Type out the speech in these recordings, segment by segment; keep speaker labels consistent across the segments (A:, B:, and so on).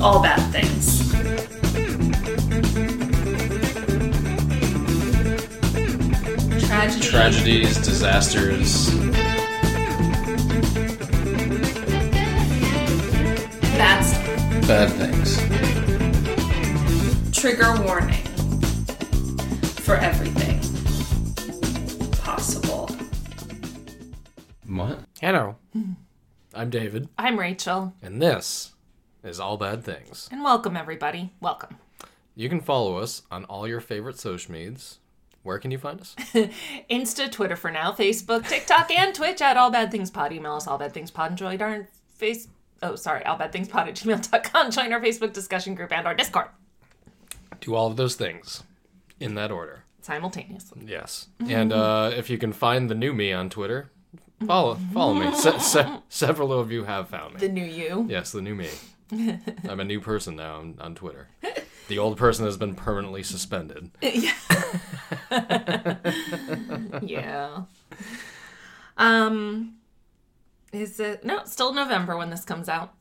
A: all bad things. Tragedy.
B: Tragedies, disasters,
A: That's
B: bad things.
A: trigger warning for everything possible.
B: What?
C: Hello. I'm David,
D: I'm Rachel,
C: and this is All Bad Things.
D: and welcome everybody. Welcome.
C: You can follow us on all your favorite social medias. Where can you find us?
D: Insta, Twitter for now, Facebook, TikTok, and Twitch at All Bad Things Pod. Email us All Bad Things Pod. and Join our face. Oh, sorry, All Bad Things Pod at gmail.com. Join our Facebook discussion group and our Discord
C: Do all of those things in that order.
D: simultaneously.
C: Yes. And uh, if you can find the new me on Twitter, follow follow me. Se- se- several of you have found me.
D: The new you.
C: Yes, the new me. I'm a new person now on, on Twitter. The old person has been permanently suspended.
D: yeah. Um, is it no? Still November when this comes out.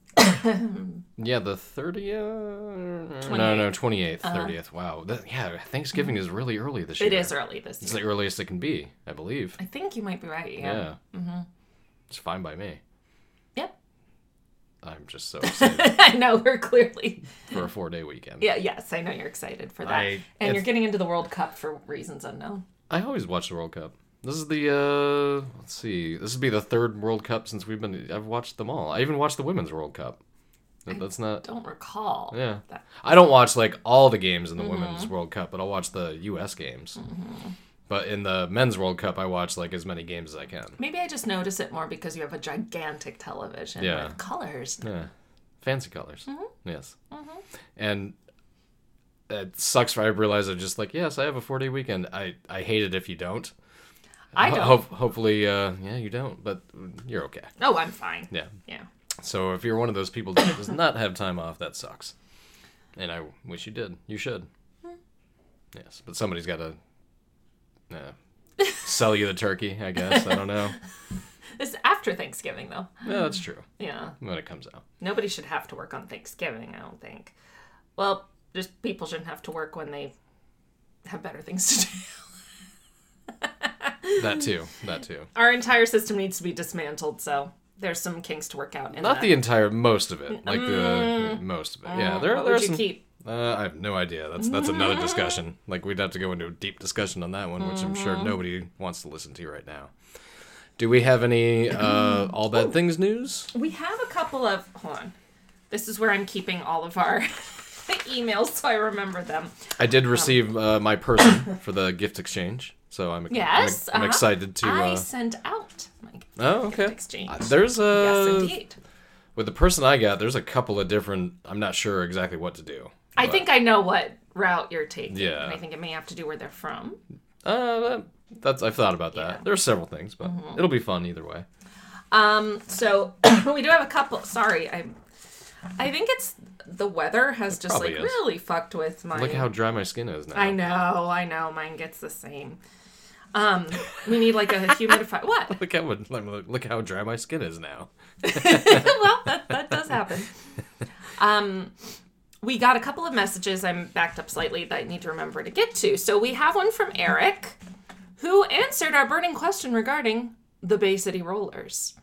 C: Yeah, the 30th? No, no, 28th, 30th. Wow. That, yeah, Thanksgiving is really early this year.
D: Uh-huh. It is early this
C: It's
D: year.
C: the earliest it can be, I believe.
D: I think you might be right. Yeah. Mm-hmm.
C: Yeah. It's fine by me.
D: Yep.
C: I'm just so excited
D: I know we're clearly
C: for a four day weekend.
D: Yeah, yes, I know you're excited for that.
C: I-
D: and
C: it's-
D: you're getting into the World Cup for reasons unknown.
C: I always watch the World Cup. This is the, uh, let's see, this would be the third World Cup since we've been, I've watched them all. I even watched the Women's World Cup. That- That's not,
D: Don't recall.
C: yeah.
D: That. Mm-hmm.
C: I don't watch like all the games in the Women's World Cup, but I'll watch the U.S. games. But in the Men's World Cup, I watch like as many games as I can.
D: Maybe I just notice it more because you have a gigantic television
C: Yeah.
D: with colors.
C: Yeah, fancy colors.
D: Mm-hmm.
C: Yes, and it sucks. For I realize I'm just like, yes, I have a four day weekend. I I hate it if you don't.
D: I
C: Ho-
D: don't.
C: hope- hopefully, uh, yeah, you don't, but you're okay.
D: Oh, I'm fine.
C: Yeah.
D: Yeah.
C: So if you're one of those people that does not have time off, that sucks. And I wish you did. You should. Yes, but somebody's got to uh, sell you the turkey, I guess. I don't know.
D: This is after Thanksgiving, though.
C: Yeah, that's true.
D: Yeah.
C: When it comes out.
D: Nobody should have to work on Thanksgiving, I don't think. Well, just people shouldn't have to work when they have better things to do.
C: That too. That too.
D: Our entire system needs to be dismantled, so there's some kinks to work out. In
C: Not
D: that.
C: the entire most of it, like the most of it. Yeah, there,
D: Mm. Uh, What
C: there are
D: would you
C: some.
D: keep?
C: Uh, I have no idea. That's that's another discussion. Like we'd have to go into a deep discussion on that one, which I'm sure
D: Mm.
C: nobody wants to listen to right now. Do we have any uh, all bad things news?
D: We have a couple of. Hold on. This is where I'm keeping all of our emails so I remember them.
C: I
D: Um,
C: did receive uh, my person for the gift exchange, so I'm I'm-
D: Yes,
C: I'm,
D: uh-huh.
C: excited to.
D: I
C: Uh,
D: sent out my gift
C: oh, okay.
D: exchange.
C: Uh, There's
D: yes,
C: a
D: indeed.
C: with the person I got. There's a couple of different. I'm not sure exactly what to do.
D: I think I know what route you're taking.
C: Yeah.
D: And I think it may have to do where they're from.
C: Uh, that, that's I've thought about that. There are several things, but
D: Mm-hmm.
C: it'll be fun either way.
D: Um, so we do have a couple. Sorry, I'm. I think it's the weather has just
C: probably
D: like
C: is.
D: really fucked with my.
C: Look how dry my skin is now.
D: I know, I know. Mine gets the same. Um, we need like a humidifier. What?
C: Look how look, look how dry my skin is now.
D: well, that, that does happen. Um, we got a couple of messages. I'm backed up slightly that I need to remember to get to. So we have one from Eric, who answered our burning question regarding the Bay City Rollers.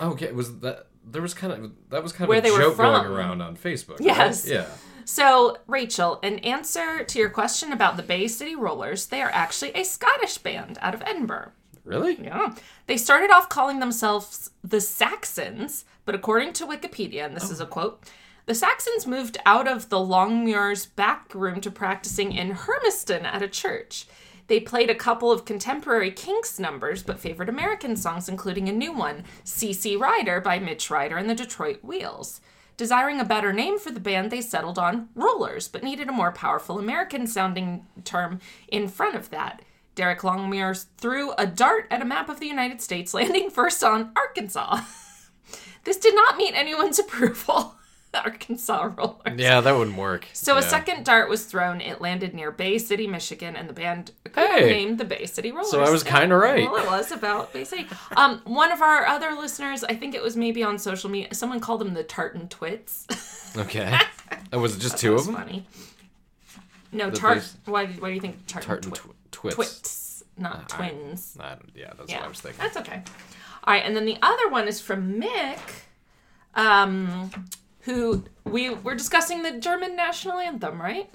C: Oh, Okay, was that there was kind of that was kind of
D: Where
C: a
D: they were
C: joke going
D: from.
C: around on Facebook. right?
D: Yes.
C: Yeah.
D: So, Rachel, in answer to your question about the Bay City Rollers, they are actually a Scottish band out of Edinburgh.
C: Really?
D: Yeah. They started off calling themselves the Saxons, but according to Wikipedia, and this is a quote, the Saxons moved out of the Longmuir's back room to practicing in Hermiston at a church. They played a couple of contemporary Kinks numbers, but favored American songs, including a new one, CC Rider by Mitch Ryder and the Detroit Wheels. Desiring a better name for the band, they settled on Rollers, but needed a more powerful American sounding term in front of that. Derek Longmuir threw a dart at a map of the United States, landing first on Arkansas. this did not meet anyone's approval. Arkansas Rollers.
C: Yeah, that wouldn't work.
D: So a
C: Yeah.
D: second dart was thrown. It landed near Bay City, Michigan, and the band
C: Hey.
D: named the Bay City Rollers.
C: So I was kinda right.
D: Well, it was about Bay City. Um, one of our other listeners, I think it was maybe on social media, someone called them the Tartan Twits.
C: Okay. Oh, was it just two
D: That's
C: of them?
D: funny. No,
C: That
D: tart.
C: there's-
D: Why, why do you think tart,
C: Tart
D: and
C: and
D: twi-
C: tw- twits. Uh,
D: twits, not
C: I-
D: twins?
C: I don't- yeah, that's
D: yeah,
C: what I was thinking.
D: that's okay. All right, and then the other one is from Mick, um, who we were discussing the German national anthem, right?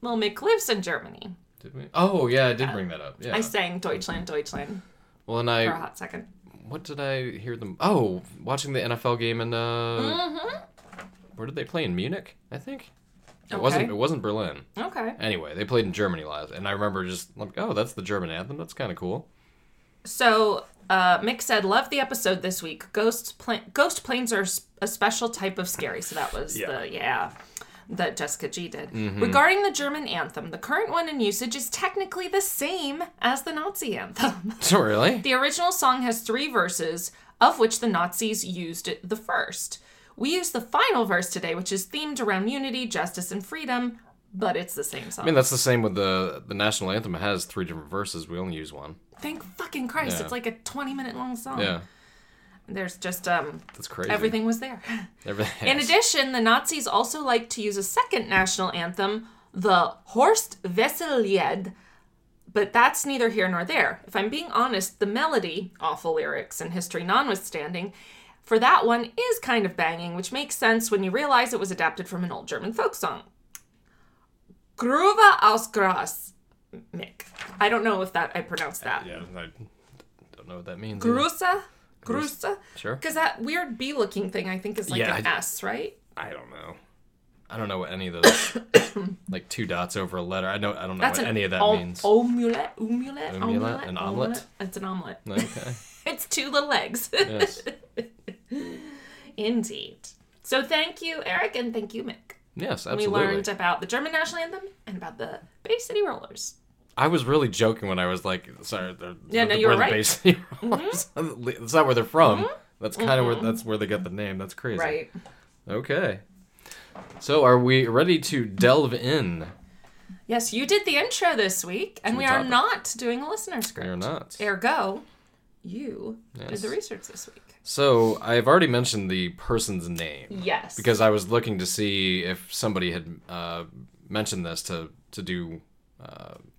D: Well, Mick lives in Germany.
C: Did we? Oh yeah, I did bring that up. Yeah.
D: Uh, I sang Deutschland, Deutschland
C: well, and
D: for a
C: I
D: hot second.
C: what did I hear them? Oh, watching the NFL game in uh,
D: Mm-hmm.
C: where did they play in Munich? I think. It wasn't.
D: Okay.
C: It wasn't Berlin.
D: Okay.
C: Anyway, they played in Germany last, and I remember just like, oh, that's the German anthem. That's kind of cool.
D: So uh, Mick said, "Love the episode this week. Ghost pla- ghost planes are s- a special type of scary." So that was
C: Yeah. Mm-hmm.
D: the yeah that Jessica G did. Regarding the German anthem, the current one in usage is technically the same as the Nazi anthem.
C: So really,
D: the original song has three verses, of which the Nazis used the first. We use the final verse today, which is themed around unity, justice, and freedom, but it's the same song.
C: I mean that's the same with the the national anthem. It has three different verses. We only use one.
D: Thank fucking Christ!
C: Yeah.
D: It's like a twenty-minute long song.
C: Yeah,
D: There's just um,
C: that's crazy.
D: Oh. everything was there.
C: Everything.
D: In addition, the Nazis also liked to use a second national anthem, the Horst Wesselied, but that's neither here nor there. If I'm being honest, the melody, awful lyrics and history notwithstanding, for that one is kind of banging, which makes sense when you realize it was adapted from an old German folk song. Gruva aus Gras, Mick. I don't know if that I pronounced that.
C: yeah, I don't know what that means. either.
D: Grusa, Grusa.
C: Sure.
D: Because that weird B-looking thing, I think, is like
C: Yeah,
D: an
C: I-
D: S, right?
C: I don't know. I don't know what any of those like two dots over a letter. I know I don't know
D: That's
C: what
D: an
C: any of that
D: om-
C: means.
D: Omelette, omelette,
C: Omelette,
D: omelette,
C: an omelet?
D: It's an omelet.
C: Okay.
D: It's two little eggs.
C: Yes.
D: Indeed. So thank you, Eric, and thank you, Mick.
C: Yes,
D: We
C: absolutely.
D: learned about the German national anthem and about the Bay City Rollers.
C: I was really joking when I was like, sorry, they're,
D: Yeah, no,
C: they're
D: you were
C: where the
D: right. Mm-hmm.
C: base- That's not where they're from. That's kind of where that's where they got the name. That's crazy. Okay. So are we ready to delve in?
D: Yes, you did the intro this week, and
C: we
D: we are
C: topic?
D: not doing a listener script.
C: We are not.
D: Ergo, you did
C: Yes.
D: the research this week.
C: So I've already mentioned the person's name.
D: Yes.
C: because I was looking to see if somebody had uh, mentioned this to to do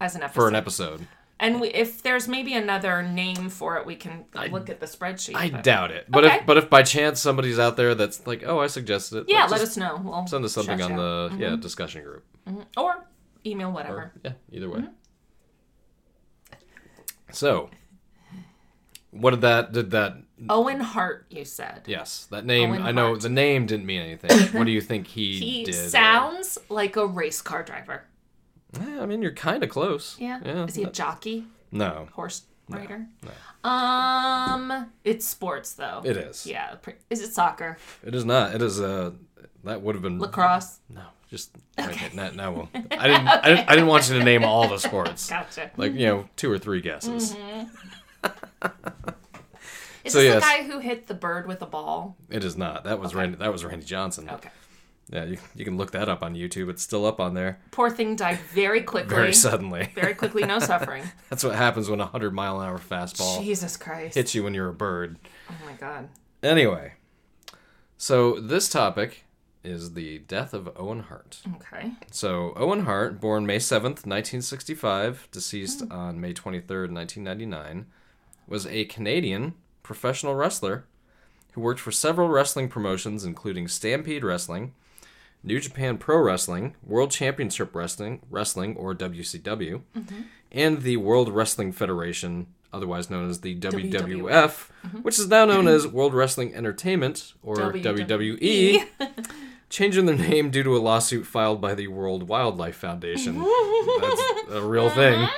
D: as an episode.
C: for an episode.
D: And we, if there's maybe another name for it, we can look at the spreadsheet.
C: I
D: but-
C: doubt it, but
D: Okay.
C: if but if by chance somebody's out there that's like, oh, I suggested it.
D: Yeah,
C: like,
D: let
C: just
D: us Mm-hmm. know. We'll
C: send us something
D: shout
C: on
D: you out.
C: the yeah discussion group.
D: or email whatever.
C: Or, yeah, either way.
D: Mm-hmm.
C: So, what did that did that?
D: Owen Hart, you said.
C: Yes, that name.
D: Owen
C: I know
D: Hart.
C: the name didn't mean anything. what do you think he,
D: He
C: did? or-
D: sounds like a race car driver.
C: Yeah, I mean, you're kind of close.
D: Yeah.
C: Yeah.
D: Is he a jockey,
C: no,
D: horse rider? Um, it's sports though.
C: it is.
D: Yeah. pre- Is it soccer,
C: It is not. It is uh that would have been
D: lacrosse?
C: No, just okay. now, now we'll. I didn't, I didn't. I didn't want you to name all the sports.
D: Gotcha.
C: Like you know, two or three guesses.
D: Is
C: so
D: this
C: yes.
D: the guy who hit the bird with a ball?
C: It is not. That was Randy. That was Randy Johnson.
D: Okay.
C: Yeah, you, you can look that up on YouTube. It's still up on there.
D: Poor thing died very quickly.
C: Very suddenly.
D: Very quickly, no suffering.
C: That's what happens when a hundred mile an hour fastball
D: Jesus Christ.
C: hits you when you're a bird.
D: Oh my God.
C: Anyway, so this topic is the death of Owen Hart.
D: Okay.
C: So Owen Hart, born May seventh, nineteen sixty-five, deceased on May twenty-third, nineteen ninety-nine, was a Canadian professional wrestler who worked for several wrestling promotions, including Stampede Wrestling, New Japan Pro Wrestling, World Championship Wrestling, Wrestling or WCW, and the World Wrestling Federation, otherwise known as the WWF, which is now known as World Wrestling Entertainment or
D: E.
C: WWE E. changing their name due to a lawsuit filed by the World Wildlife Foundation. That's a real thing.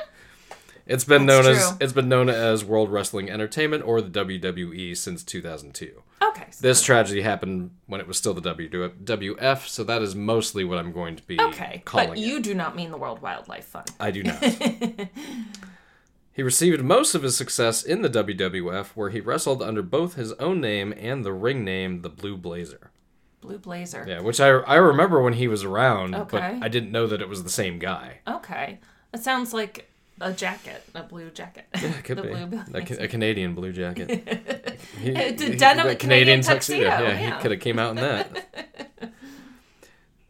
C: It's been
D: Uh-huh. That's
C: known as
D: true.
C: it's been known as World Wrestling Entertainment or the WWE since 2002.
D: Okay. So
C: This tragedy happened when it was still the WWF, so that is mostly what I'm going to be
D: okay.
C: calling
D: But
C: it.
D: you do not mean the World Wildlife Fund.
C: I do not. he received most of his success in the WWF, where he wrestled under both his own name and the ring name, the Blue Blazer.
D: Blue blazer.
C: Yeah, which I I remember when he was around, but
D: Okay.
C: I didn't know that it was the same guy.
D: Okay. That sounds like a jacket, a blue jacket.
C: It could
D: the
C: be
D: blue
C: a,
D: blazer.
C: Ca- a Canadian blue jacket. He-
D: It's a
C: he-
D: denim
C: the
D: Canadian tuxedo,
C: Yeah,
D: yeah.
C: he could have came out in that.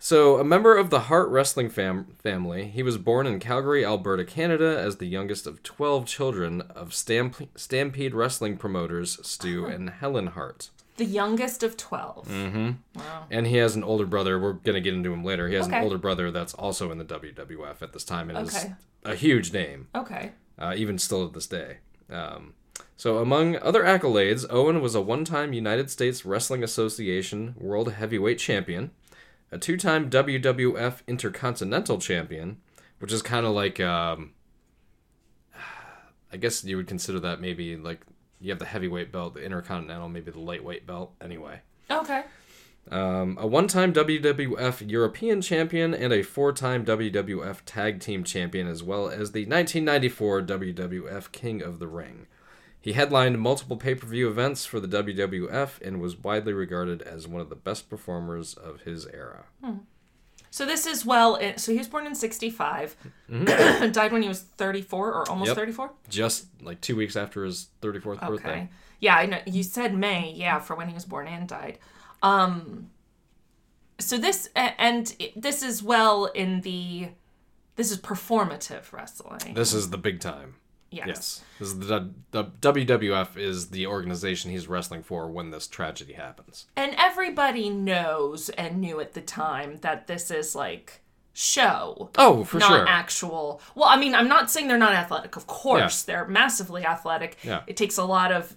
C: So, a member of the Hart wrestling fam- family, he was born in Calgary, Alberta, Canada, as the youngest of 12 children of Stamp- Stampede wrestling promoters Stu
D: Uh-huh.
C: and Helen Hart.
D: The youngest of 12. Mm-hmm. Wow.
C: And he has an older brother. We're going to get into him later. He has
D: Okay.
C: an older brother that's also in the WWF at this time and is
D: Okay.
C: a huge name,
D: Okay.
C: uh, even still to this day. Um, so, among other accolades, Owen was a one time United States Wrestling Association World Heavyweight Champion, a two time WWF Intercontinental Champion, which is kind of like, um, I guess you would consider that maybe like you have the heavyweight belt, the Intercontinental, maybe the lightweight belt, anyway.
D: Okay.
C: Um, a one time WWF European champion and a four time WWF Tag Team champion, as well as the 1994 WWF King of the Ring. He headlined multiple pay per view events for the WWF and was widely regarded as one of the best performers of his era.
D: So this is well. In, so he was born in 65, died when he was 34 or almost
C: Mm-hmm. Yep.
D: 34.
C: Just like two weeks after his 34th
D: Okay.
C: birthday.
D: Yeah, I know. You said May, yeah, for when he was born and died. Um, so this a- and it- this is well in the. This is performative wrestling.
C: This is the big time.
D: yes.
C: Yes. This is the, the WWF is the organization he's wrestling for when this tragedy happens.
D: And everybody knows and knew at the time that this is like show.
C: Oh, for
D: not
C: sure.
D: actual. Well, I mean, I'm not saying they're not athletic. Of course, they're massively athletic.
C: Yeah.
D: It takes a lot of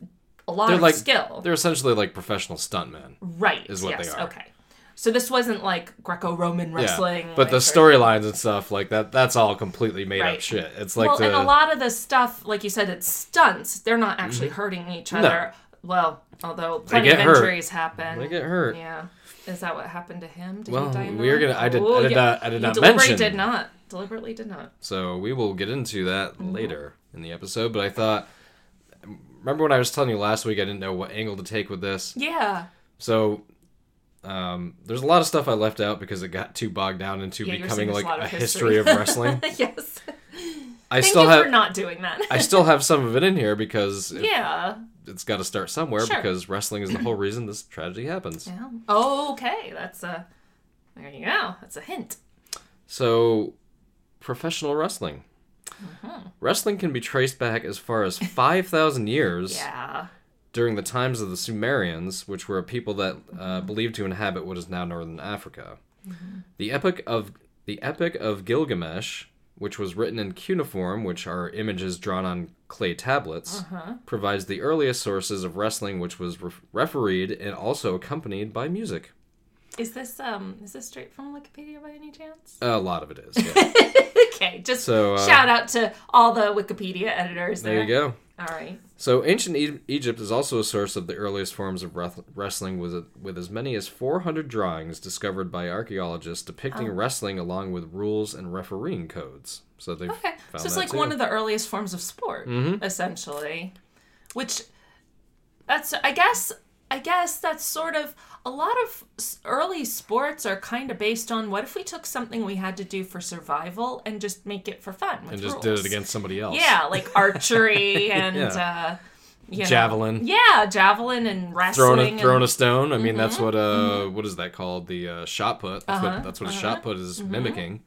D: a lot
C: they're
D: of
C: like
D: skill.
C: They're essentially like professional stuntmen.
D: Right.
C: is what
D: yes.
C: they are.
D: Okay. So this wasn't like Greco-Roman wrestling.
C: But
D: like,
C: the
D: or-
C: storylines and stuff like that that's all completely made
D: Right.
C: up shit. It's like
D: well,
C: the
D: and a lot of the stuff, like you said, it's stunts. They're not actually hurting each other. Well, although plenty
C: Mm-hmm. get
D: of
C: hurt.
D: injuries happen.
C: they get hurt.
D: Yeah. Is that what happened to him? Did
C: Well,
D: he die? in
C: we are
D: that?
C: gonna- I did- I
D: Oh,
C: did
D: yeah.
C: not- I did
D: You
C: not
D: deliberately
C: mention.
D: did not. Deliberately did not.
C: So we will get into that
D: Mm-hmm.
C: later in the episode, but I thought remember when I was telling you last week I didn't know what angle to take with this.
D: Yeah.
C: So um, there's a lot of stuff I left out because it got too bogged down into
D: Yeah, you're saying
C: becoming
D: there's
C: like
D: a lot
C: a
D: of history.
C: history of wrestling.
D: yes.
C: I
D: Thank
C: still
D: you
C: have
D: for not doing that.
C: I still have some of it in here because it,
D: yeah.
C: has got to start somewhere
D: Sure.
C: because wrestling is the whole reason this tragedy happens.
D: Yeah. Okay. That's a. There you go. That's a hint.
C: So, professional wrestling. Wrestling can be traced back as far as 5,000 years
D: Yeah.
C: during the times of the Sumerians, which were a people that uh, believed to inhabit what is now northern Africa. The epic of the Epic of Gilgamesh, which was written in cuneiform, which are images drawn on clay tablets, provides the earliest sources of wrestling, which was re- refereed and also accompanied by music.
D: Is this um? Is this straight from Wikipedia by any chance?
C: A lot of it is. yeah.
D: Okay. Just
C: So, uh,
D: shout out to all the Wikipedia editors. There,
C: there you go.
D: All right.
C: So ancient e- Egypt is also a source of the earliest forms of reth- wrestling, with with as many as 400 drawings discovered by archaeologists depicting
D: Oh.
C: wrestling along with rules and refereeing codes. So they
D: Okay.
C: found
D: so it's
C: that
D: like
C: too. Mm-hmm.
D: one of the earliest forms of sport, essentially. Which that's I guess I guess that's sort of a lot of s- early sports are kind of based on what if we took something we had to do for survival and just make it for fun with
C: and just
D: rules.
C: did it against somebody else.
D: Yeah, like archery and uh you know-
C: Javelin.
D: Yeah, javelin and wrestling.
C: Throwing a,
D: and-
C: throwing a stone. I mean, that's
D: Mm-hmm.
C: what uh, what is that called? The uh, shot put. That's
D: Uh-huh.
C: what that's what a shot put
D: Mm-hmm.
C: is mimicking.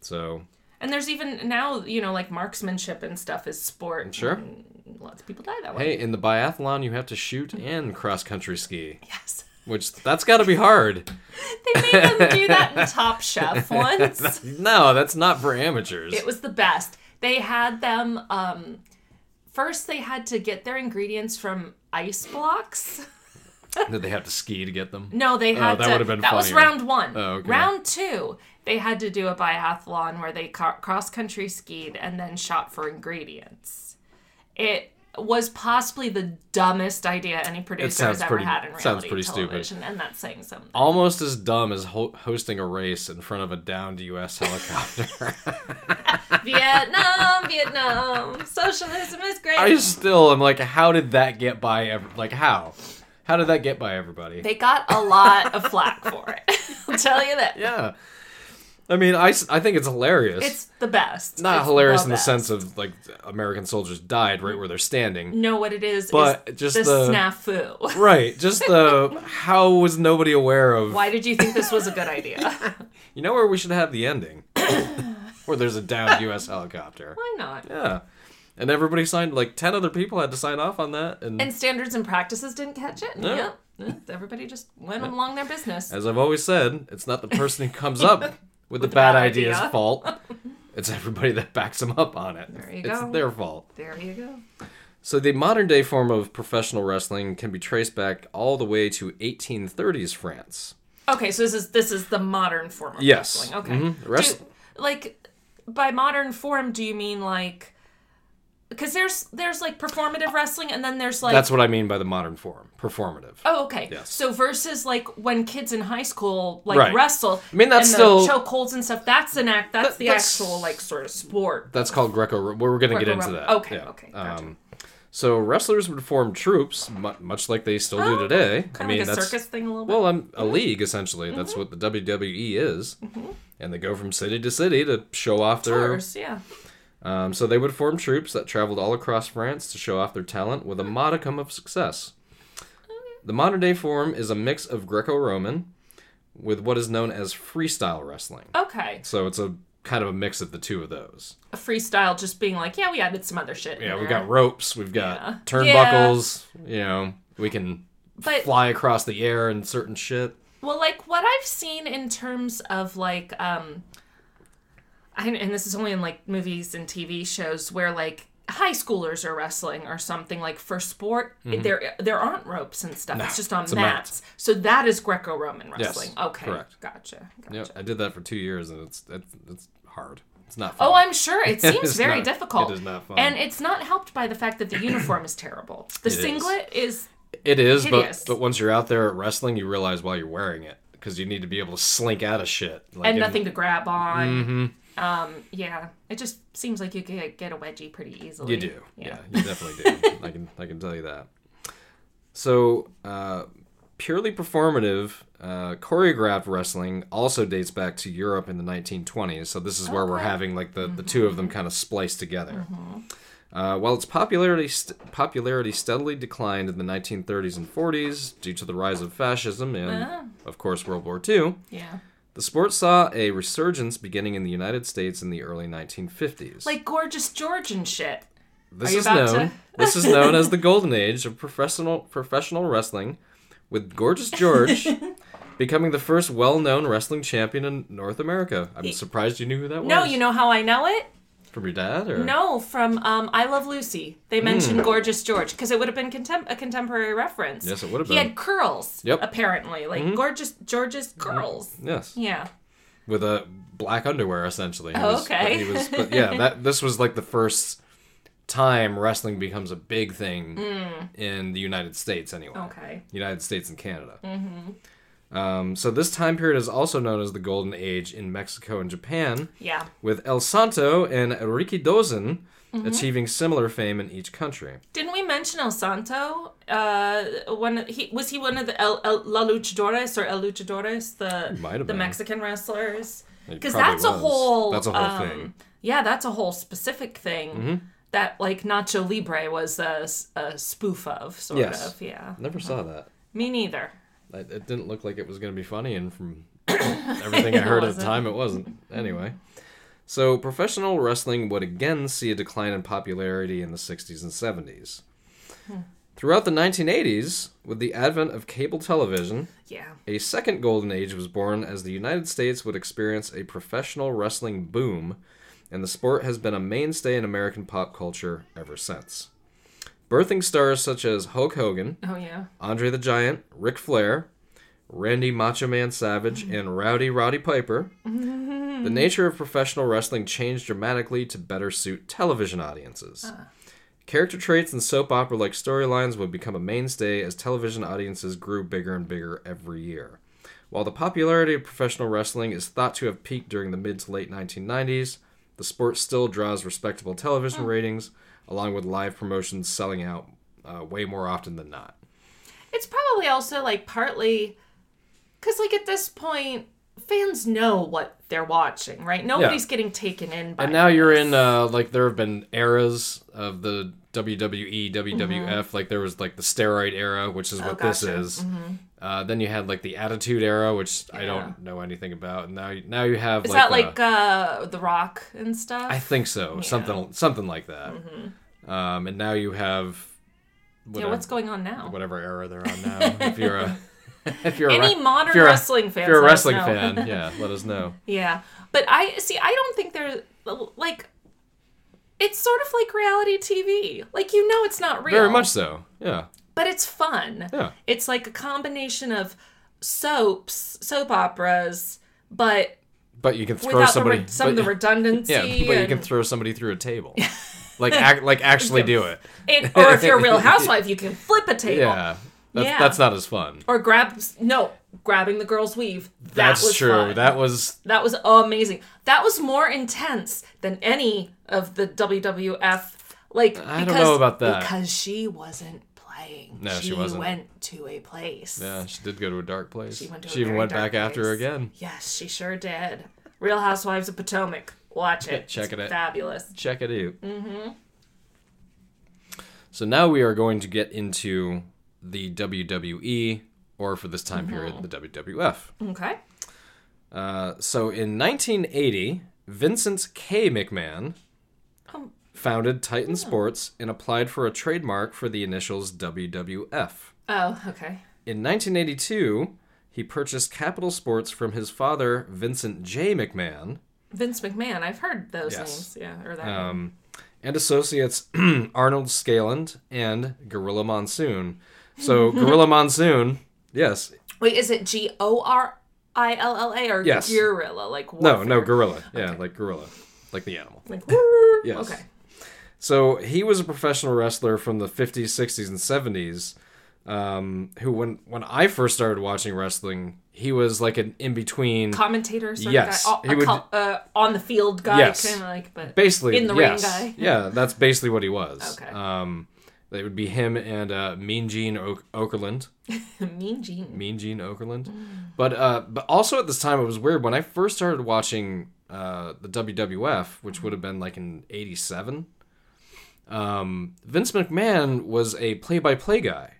C: So
D: and there's even now, you know, like marksmanship and stuff is sport.
C: Sure.
D: and Lots of people die that way.
C: hey, in the biathlon, you have to shoot
D: Mm-hmm.
C: and cross country ski,
D: Yes.
C: which that's got to be hard.
D: They made them do that in Top Chef once.
C: No, that's not for amateurs.
D: It was the best. They had them um first they had to get their ingredients from ice blocks.
C: Did they have to ski to get them?
D: No, they had
C: Oh, that
D: to
C: would've been
D: That was
C: funnier.
D: round 1.
C: Oh, okay.
D: Round 2, they had to do a biathlon where they co- cross country skied and then shot for ingredients. It was possibly the dumbest idea any producer
C: sounds
D: has ever
C: pretty-
D: had in reality
C: sounds pretty stupid.
D: television, and that's saying something.
C: Almost as dumb as ho- hosting a race in front of a downed U.S. helicopter.
D: Vietnam, Vietnam, socialism is great.
C: I still am like, how did that get by? Ev- like, how? How did that get by everybody?
D: They got a lot of flack for it. I'll tell you that.
C: yeah. I mean, I, s- I think it's hilarious.
D: It's the best.
C: not
D: It's
C: hilarious in the
D: best.
C: sense of like American soldiers died right where they're standing.
D: No, what it is
C: But
D: is
C: just
D: the,
C: the-
D: snafu.
C: Right, just the how was nobody aware of?
D: Why did you think this was a good idea?
C: You know where we should have the ending, where there's a downed U.S. helicopter.
D: Why not?
C: Yeah, and everybody signed. Like ten other people had to sign off on that. And,
D: And standards and practices didn't catch it.
C: No.
D: Yep. Yep. Everybody just went along their business.
C: as I've always said, it's not the person who comes up with the
D: bad
C: bad idea's
D: idea.
C: fault. It's everybody that backs them up on it. There
D: you
C: it's
D: go.
C: their fault.
D: There you go.
C: So the modern day form of professional wrestling can be traced back all the way to 1830s France.
D: Okay, so this is this is the modern form of
C: Yes.
D: wrestling. Okay.
C: Mhm. Wrest-
D: Do- like by modern form, do you mean like? Because there's there's like performative wrestling, and then there's like
C: That's what I mean by the modern form, performative.
D: Oh, okay.
C: Yes.
D: So versus like when kids in high school like
C: Right.
D: wrestle.
C: I mean, that's
D: and
C: still-
D: the chokeholds and stuff. That's an act. That's
C: That-
D: the
C: that's-
D: actual like sort of sport.
C: That's called Greco. We're going to get into
D: Greco-Roman.
C: that.
D: Okay, okay, gotcha.
C: Um, so wrestlers would form troops, mu- much like they still do today. I
D: Kind
C: mean,
D: of Oh, like a
C: that's
D: circus thing a little bit.
C: well, I'm a
D: Mm-hmm.
C: league essentially. That's what the WWE is, and they go from city to city to show off their.
D: Tours, yeah.
C: Um, so they would form troops that traveled all across France to show off their talent with a
D: Mm-hmm.
C: modicum of success. The modern day form is a mix of Greco Roman with what is known as freestyle wrestling.
D: Okay.
C: So it's a kind of a mix of the two of those.
D: A freestyle just being like, yeah, we added some other shit. in
C: Yeah, we've
D: there.
C: got ropes, we've got
D: Yeah.
C: turnbuckles, you know, we can
D: But
C: fly across the air and certain shit.
D: Well, like what I've seen in terms of like, um, I, and this is only in like movies and TV shows where like high schoolers are wrestling or something like for sport. There there aren't ropes and stuff. it's just on
C: Mm-hmm. a mat.
D: mats. So that is Greco-Roman
C: Yes,
D: wrestling. okay,
C: correct.
D: gotcha. gotcha.
C: Yeah, I did that for two years and it's it's, it's hard. It's not fun.
D: Oh, I'm sure it seems
C: It's
D: very
C: not-
D: difficult.
C: it is not fun.
D: and it's not helped by the fact that the uniform is terrible. The
C: is.
D: singlet is
C: It is,
D: Hideous.
C: but but once you're out there at wrestling, you realize why you're wearing it because you need to be able to slink out of shit. Like,
D: and nothing to grab on.
C: Mm-hmm.
D: Um, yeah, it just seems like you could get a wedgie pretty easily.
C: You do, yeah, you definitely do. I can I can tell you that. So uh, purely performative, uh, choreographed wrestling also dates back to Europe in the 1920s. So this is where we're having like the, the two of them kind of spliced together. Uh, while its popularity st- popularity steadily declined in the 1930s and 40s due to the rise of fascism and, of course, World War II.
D: Yeah.
C: The sport saw a resurgence beginning in the United States in the early 1950s.
D: Like gorgeous George and shit.
C: this
D: are you
C: is
D: about
C: known
D: to-
C: this is known as the golden age of professional professional wrestling, with Gorgeous George becoming the first well-known wrestling champion in North America. I'm surprised you knew who that was.
D: No, you know how I know it?
C: from your dad or
D: No, from um, I Love Lucy. They
C: Mm.
D: mentioned gorgeous George because it would have been contem- a contemporary reference.
C: Yes, it would have
D: He
C: been.
D: had curls.
C: Yep. Mm-hmm.
D: Apparently, like gorgeous George's curls.
C: Yes,
D: Yeah.
C: with a black underwear essentially. He
D: Oh,
C: was-
D: okay.
C: He was, but yeah, that this was like the first time wrestling becomes a big thing in the United States anyway.
D: Mm. Okay. Mm-hmm.
C: United States and Canada. Um, so this time period is also known as the Golden Age in Mexico and Japan,
D: Yeah.
C: with El Santo and Ricky Dozen achieving similar fame in each country.
D: Didn't we mention El Santo? Uh, one he was he one of the El, El, La Luchadores or El Luchadores, the
C: might have
D: the
C: been.
D: Mexican wrestlers?
C: It
D: Because
C: probably
D: that's a
C: was.
D: whole
C: That's a whole
D: um,
C: thing. Mm-hmm.
D: Yeah, that's a whole specific thing that like Nacho Libre was a, s- a spoof of, sort
C: Yes.
D: of. Yeah,
C: Never saw that.
D: me neither.
C: I- It didn't look like it was going to be funny, and from everything I heard at the
D: wasn't.
C: time, it wasn't. Anyway, so professional wrestling would again see a decline in popularity in the 60s and 70s. Throughout the 1980s, with the advent of cable television,
D: Yeah,
C: A second golden age was born as the United States would experience a professional wrestling boom, and the sport has been a mainstay in American pop culture ever since. Birthing stars such as Hulk Hogan,
D: oh yeah,
C: Andre the Giant, Ric Flair, Randy Macho Man Savage, and Rowdy Roddy Piper, the nature of professional wrestling changed dramatically to better suit television audiences. Character traits and soap opera like storylines would become a mainstay as television audiences grew bigger and bigger every year. While the popularity of professional wrestling is thought to have peaked during the mid to late 1990s, the sport still draws respectable television ratings, along with live promotions selling out uh, way more often than not.
D: it's probably also like partly because like at this point fans know what they're watching, right? Nobody's getting taken in by
C: And now you're in uh, like there have been eras of the E, WWE, WWF. Like there was like the steroid era, which is what this
D: Mm-hmm. Oh, gotcha. Mm-hmm.
C: is. Uh, then you had like the Attitude era, which I don't know anything about. And now you- now you have
D: Is
C: like,
D: that
C: the-
D: like uh The Rock and stuff?
C: I think so, something something like that. Um, and now you have
D: Mm-hmm. yeah,
C: whatever,
D: what's going on now?
C: whatever era they're on now. if you're a if you're
D: Any
C: a,
D: modern
C: if you're a-
D: wrestling
C: if
D: fans?
C: you're a
D: let us
C: wrestling
D: know.
C: fan, yeah, let us know.
D: Yeah. But I see I don't think they're like it's sort of like reality TV. Like you know it's not real.
C: Very much so. Yeah,
D: But it's fun.
C: Yeah.
D: It's like a combination of soaps, soap operas, but
C: but you can throw
D: without
C: somebody
D: the re- some of
C: but-
D: the redundancy.
C: Yeah, but you
D: and-
C: can throw somebody through a table. like, ac- like actually do it.
D: and- or if you're a real housewife, you can flip a table.
C: Yeah. That's,
D: Yeah.
C: that's not as fun.
D: Or grab no, grabbing the girl's weave. That
C: That's
D: was
C: true.
D: fun.
C: That was
D: That was amazing. That was more intense than any of the WWF. Like
C: I don't know about that.
D: because she wasn't playing.
C: No, she wasn't.
D: Went to a place.
C: yeah. She did go to a dark place. She,
D: went to a
C: even
D: very
C: went
D: dark
C: back after her
D: place.
C: again.
D: Yes, she sure did. Real Housewives of Potomac. Watch it.
C: Check it out.
D: Fabulous.
C: Check it out. Mm-hmm. So now we are going to get into the WWE, or for this
D: Mm-hmm.
C: time period, the WWF.
D: Okay.
C: Uh, so in 1980, Vincent K. McMahon
D: Um,
C: founded Titan Sports and applied for a trademark for the initials WWF.
D: Oh, okay.
C: In 1982, he purchased Capital Sports from his father, Vincent J. McMahon,
D: Vince McMahon. I've heard those
C: Yes.
D: names. Yeah, or that. name.
C: um, and associates Arnold Scaland and Gorilla Monsoon. So Gorilla Monsoon, yes,
D: Wait, is it G O R I L L A or
C: Yes.
D: Gorilla? Like
C: no, no,
D: warfare?
C: gorilla, yeah, like gorilla, like the animal.
D: Like, "Woo."
C: Yes.
D: Okay.
C: So he was a professional wrestler from the 50s, 60s, and 70s. Um, who, when when I first started watching wrestling, he was like an in between.
D: commentator sort
C: Yes,
D: of guy,
C: he
D: a
C: would-
D: col- uh, on the field guy,
C: Yes.
D: kind of like, but
C: basically
D: in the
C: yes.
D: ring guy.
C: yeah, that's basically what he was.
D: Okay.
C: Um, it would be him and uh, Mean Gene Oak- Okerlund.
D: mean Gene.
C: Mean Gene Okerlund.
D: Mm.
C: But uh, but also at this time it was weird when I first started watching uh, the WWF, which would have been like in '87. Um, Vince McMahon was a play-by-play guy.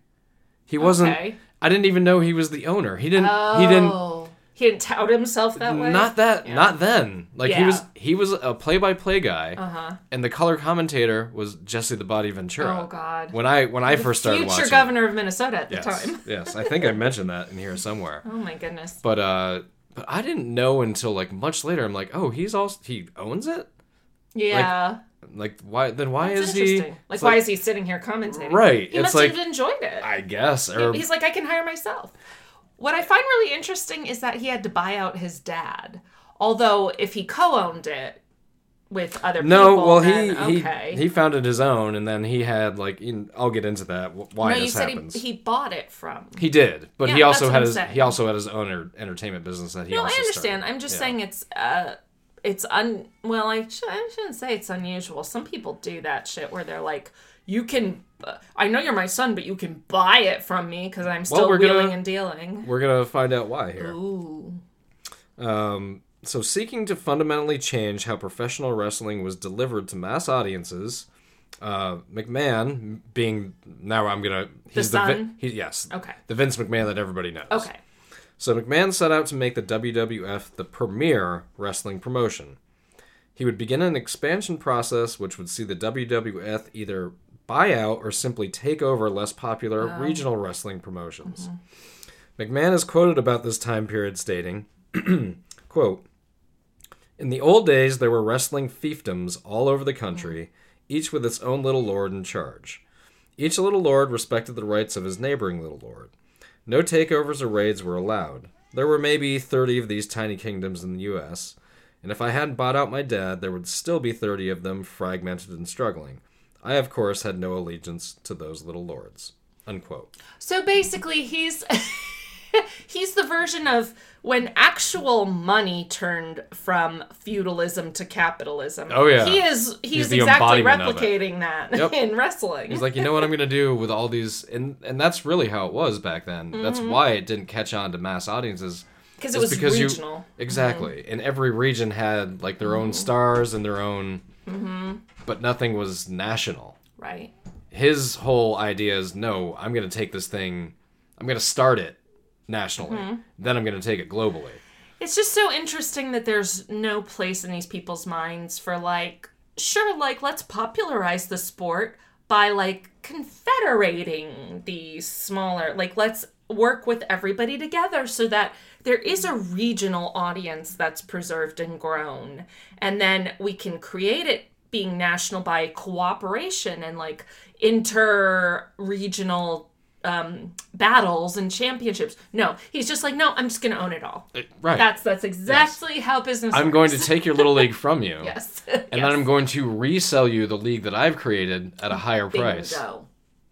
C: He wasn't.
D: Okay.
C: I didn't even know he was the owner. He didn't. He didn't.
D: Oh, he didn't tout himself that way.
C: Not that. Not then. Like he
D: Yeah. Uh-huh.
C: was. He was a play-by-play guy. And the color commentator was Jesse the Body Ventura.
D: Oh, God.
C: When I when I first started
D: future
C: watching.
D: governor of Minnesota at the
C: Yes.
D: time.
C: yes, I think I mentioned that in here somewhere.
D: Oh my goodness.
C: But uh but I didn't know until like much later. I'm like, oh, he's also he owns it.
D: Yeah,
C: Like why? Then why
D: it's
C: is he?
D: interesting. like,
C: it's
D: why is he sitting here commentating?
C: Right,
D: He
C: it's
D: must
C: like-
D: have enjoyed it.
C: I guess or
D: He's like, I can hire myself. What I find really interesting is that he had to buy out his dad. Although, if he co-owned it with other
C: no.
D: people,
C: Well, he
D: then, okay.
C: he he founded his own, and then he had like in, I'll get into that wh- why
D: no, you
C: this
D: said
C: happens.
D: he, he bought it from.
C: He did, but he
D: Yeah, that's
C: also
D: what
C: had
D: I'm
C: his
D: saying.
C: he also had his own er- entertainment business that he.
D: No, I
C: also
D: understand.
C: started.
D: I'm just
C: Yeah.
D: saying it's uh, it's un. Well, I, sh- I shouldn't say it's unusual. Some people do that shit where they're like, you can. Uh, I know you're my son, but you can buy it from me because I'm still
C: we're gonna-
D: wheeling and dealing.
C: We're gonna find out why here.
D: Ooh.
C: Um, so, seeking to fundamentally change how professional wrestling was delivered to mass audiences, uh, McMahon, being now I'm gonna he's the, Vin-
D: son?
C: he, yes,
D: Okay.
C: the Vince McMahon that everybody knows.
D: Okay.
C: So McMahon set out to make the WWF the premier wrestling promotion. He would begin an expansion process which would see the WWF either buy out or simply take over less popular regional wrestling promotions. McMahon is quoted about this time period stating, quote, In the old days there were wrestling fiefdoms all over the country, each with its own little lord in charge. Each little lord respected the rights of his neighboring little lord. No takeovers or raids were allowed. There were maybe 30 of these tiny kingdoms in the US, and if I hadn't bought out my dad, there would still be 30 of them fragmented and struggling. I, of course, had no allegiance to those little lords. Unquote.
D: So basically, he's he's the version of when actual money turned from feudalism to capitalism.
C: Oh, yeah.
D: He is he's,
C: He's the
D: exactly
C: embodiment of it.
D: replicating that
C: Yep.
D: in wrestling.
C: He's like, you know what I'm going to do with all these? And, and that's really how it was back then. That's why it didn't catch on to mass audiences.
D: because Mm-hmm. it
C: It's
D: was
C: because
D: regional. Mm-hmm.
C: you exactly, and every region had like their own stars and their own,
D: Mm-hmm.
C: but nothing was national.
D: Right.
C: His whole idea is no, I'm going to take this thing, I'm going to start it nationally,
D: Mm-hmm.
C: then I'm going to take it globally.
D: It's just so interesting that there's no place in these people's minds for like, sure, like let's popularize the sport by like confederating these smaller, like let's work with everybody together so that there is a regional audience that's preserved and grown. And then we can create it being national by cooperation and like inter regional um battles and championships. No, he's just like, no, I'm just gonna own it all.
C: Uh, Right.
D: That's that's exactly how business.
C: I'm going to take your little league from you.
D: yes.
C: And then I'm going to resell you the league that I've created at a higher price,
D: Bingo.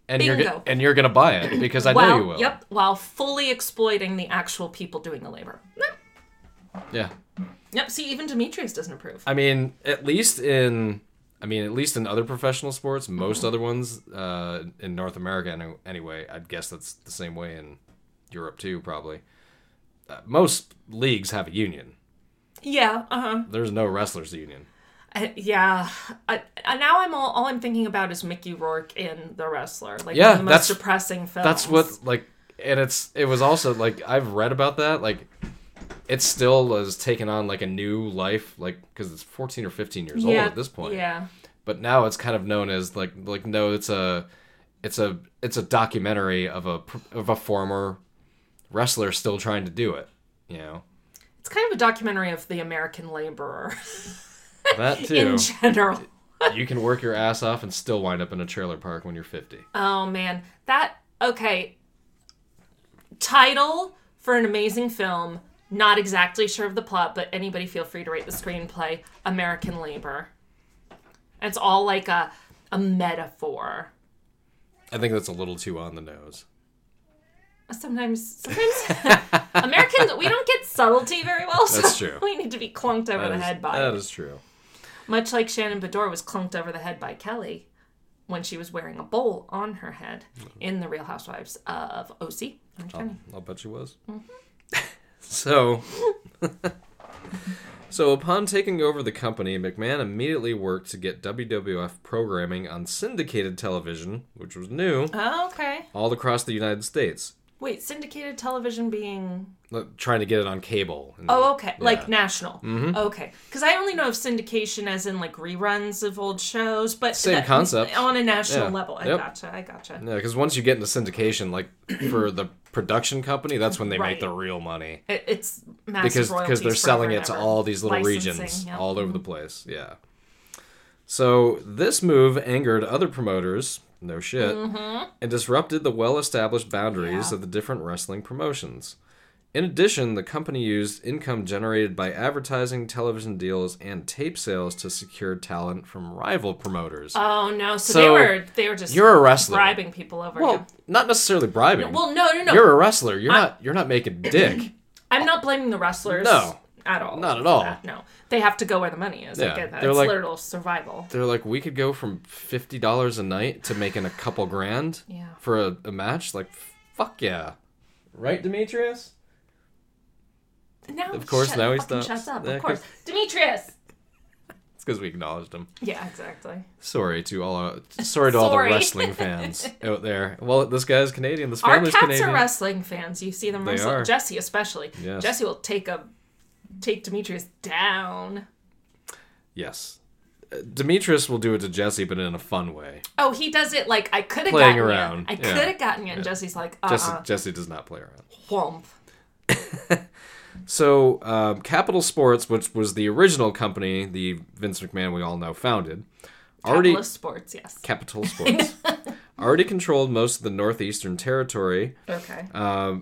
C: and you're
D: Bingo.
C: go- and you're gonna buy it because I know
D: While,
C: you will.
D: Yep. While fully exploiting the actual people doing the labor. Yep.
C: Yeah.
D: Yep. See, even Demetrius doesn't approve.
C: I mean, at least in I mean, at least in other professional sports,
D: Mm-hmm.
C: most other ones uh, in North America any- anyway. I'd guess that's the same way in Europe too, probably. Uh, most leagues have a union.
D: yeah. Uh huh.
C: There's no wrestlers union.
D: I- yeah. I, I, now I'm all, all I'm thinking about is Mickey Rourke in The Wrestler. Like
C: Yeah,
D: one of the most
C: that's-
D: depressing film.
C: That's what like, and it's it was also like I've read about that like. It still was taken on like a new life, like because it's 14 or 15 years old at this point.
D: Yeah.
C: but now it's kind of known as like like no it's a it's a it's a documentary of a pr- of a former wrestler still trying to do it you know
D: It's kind of a documentary of the American laborer
C: that too
D: in general.
C: you can work your ass off and still wind up in a trailer park when you're 50
D: Oh man, that okay. Title for an amazing film. Not exactly sure of the plot, but anybody feel free to rate the screenplay. American Labor. It's all like a a metaphor.
C: i think that's a little too on the nose
D: Sometimes, sometimes Americans we don't get subtlety very well. So
C: That's true.
D: We need to be clunked over
C: That
D: the
C: is-
D: head by
C: that
D: it.
C: is true
D: much like Shannon Bedore was clunked over the head by Kelly when she was wearing a bowl on her head
C: Mm-hmm.
D: in the Real Housewives of OC. Orange County.
C: i'll bet she was so so upon taking over the company mcmahon immediately worked to get wwf programming on syndicated television which was new
D: Oh, okay.
C: all across the United States,
D: Wait, syndicated television being
C: Look, trying to get it on cable. and-
D: oh okay,
C: Yeah. Mm-hmm.
D: like national. Okay, because I only know of syndication as in like reruns of old shows, but
C: Same
D: that-
C: concept.
D: on a national
C: Yeah.
D: level. I
C: Yep.
D: gotcha. I gotcha.
C: yeah, because once you get into syndication, like for the production company, that's when they
D: Right.
C: make the real money
D: It, it's massive
C: because because
D: royalties
C: they're
D: forever
C: selling
D: and
C: it to
D: ever.
C: all these little
D: Licensing,
C: regions
D: yep. mhm.
C: all over the place. Yeah. So this move angered other promoters. No shit.
D: Mm-hmm.
C: And disrupted the well established boundaries of the different wrestling promotions. In addition, the company used income generated by advertising, television deals, and tape sales to secure talent from rival promoters.
D: Oh no! So, they
C: So,
D: were they were just
C: you're a wrestler.
D: bribing people over.
C: Well,
D: yeah.
C: not necessarily bribing.
D: well, no, no, no.
C: you're a wrestler. You're not. You're not making dick.
D: I'm not blaming the wrestlers.
C: No.
D: at all.
C: Not at
D: for
C: all.
D: that, No, they have to go where the money is.
C: Yeah,
D: I get that.
C: they're
D: It's
C: like-
D: literal survival.
C: They're like, we could go from fifty dollars a night to making a couple grand
D: Yeah.
C: for a, a match. Like, fuck yeah, right, Demetrius?
D: Now,
C: Of course,
D: shut,
C: now he
D: fucking
C: stops.
D: Shuts up.
C: Yeah,
D: of course, Demetrius.
C: It's because we acknowledged him.
D: Yeah, exactly.
C: Sorry to all. Our, sorry to all the
D: Sorry.
C: wrestling fans out there. Well, this guy's Canadian. This
D: Our
C: family's
D: cats
C: Canadian.
D: are wrestling fans. You see them
C: They
D: wrestle.
C: are.
D: Jesse especially.
C: Yes.
D: Jesse will take a take Demetrius down.
C: yes. Uh, Demetrius will do it to Jesse, but in a fun way.
D: Oh, he does it like I could have
C: Playing
D: gotten
C: around,
D: you. I
C: yeah.
D: could have gotten you. And Jesse's like, uh,
C: Jesse,
D: uh
C: Jesse does not play around.
D: whomp.
C: So, um, Capital Sports, which was the original company, the Vince McMahon we all know founded, already
D: Couple of sports. Yes.
C: Capital Sports already controlled most of the northeastern territory,
D: Okay.
C: Uh,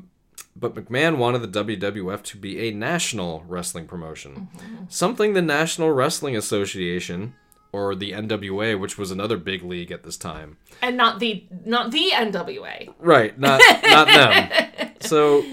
C: but McMahon wanted the WWF to be a national wrestling promotion, something the National Wrestling Association or the NWA, which was another big league at this time,
D: and not the not the NWA.
C: Right, not not them. So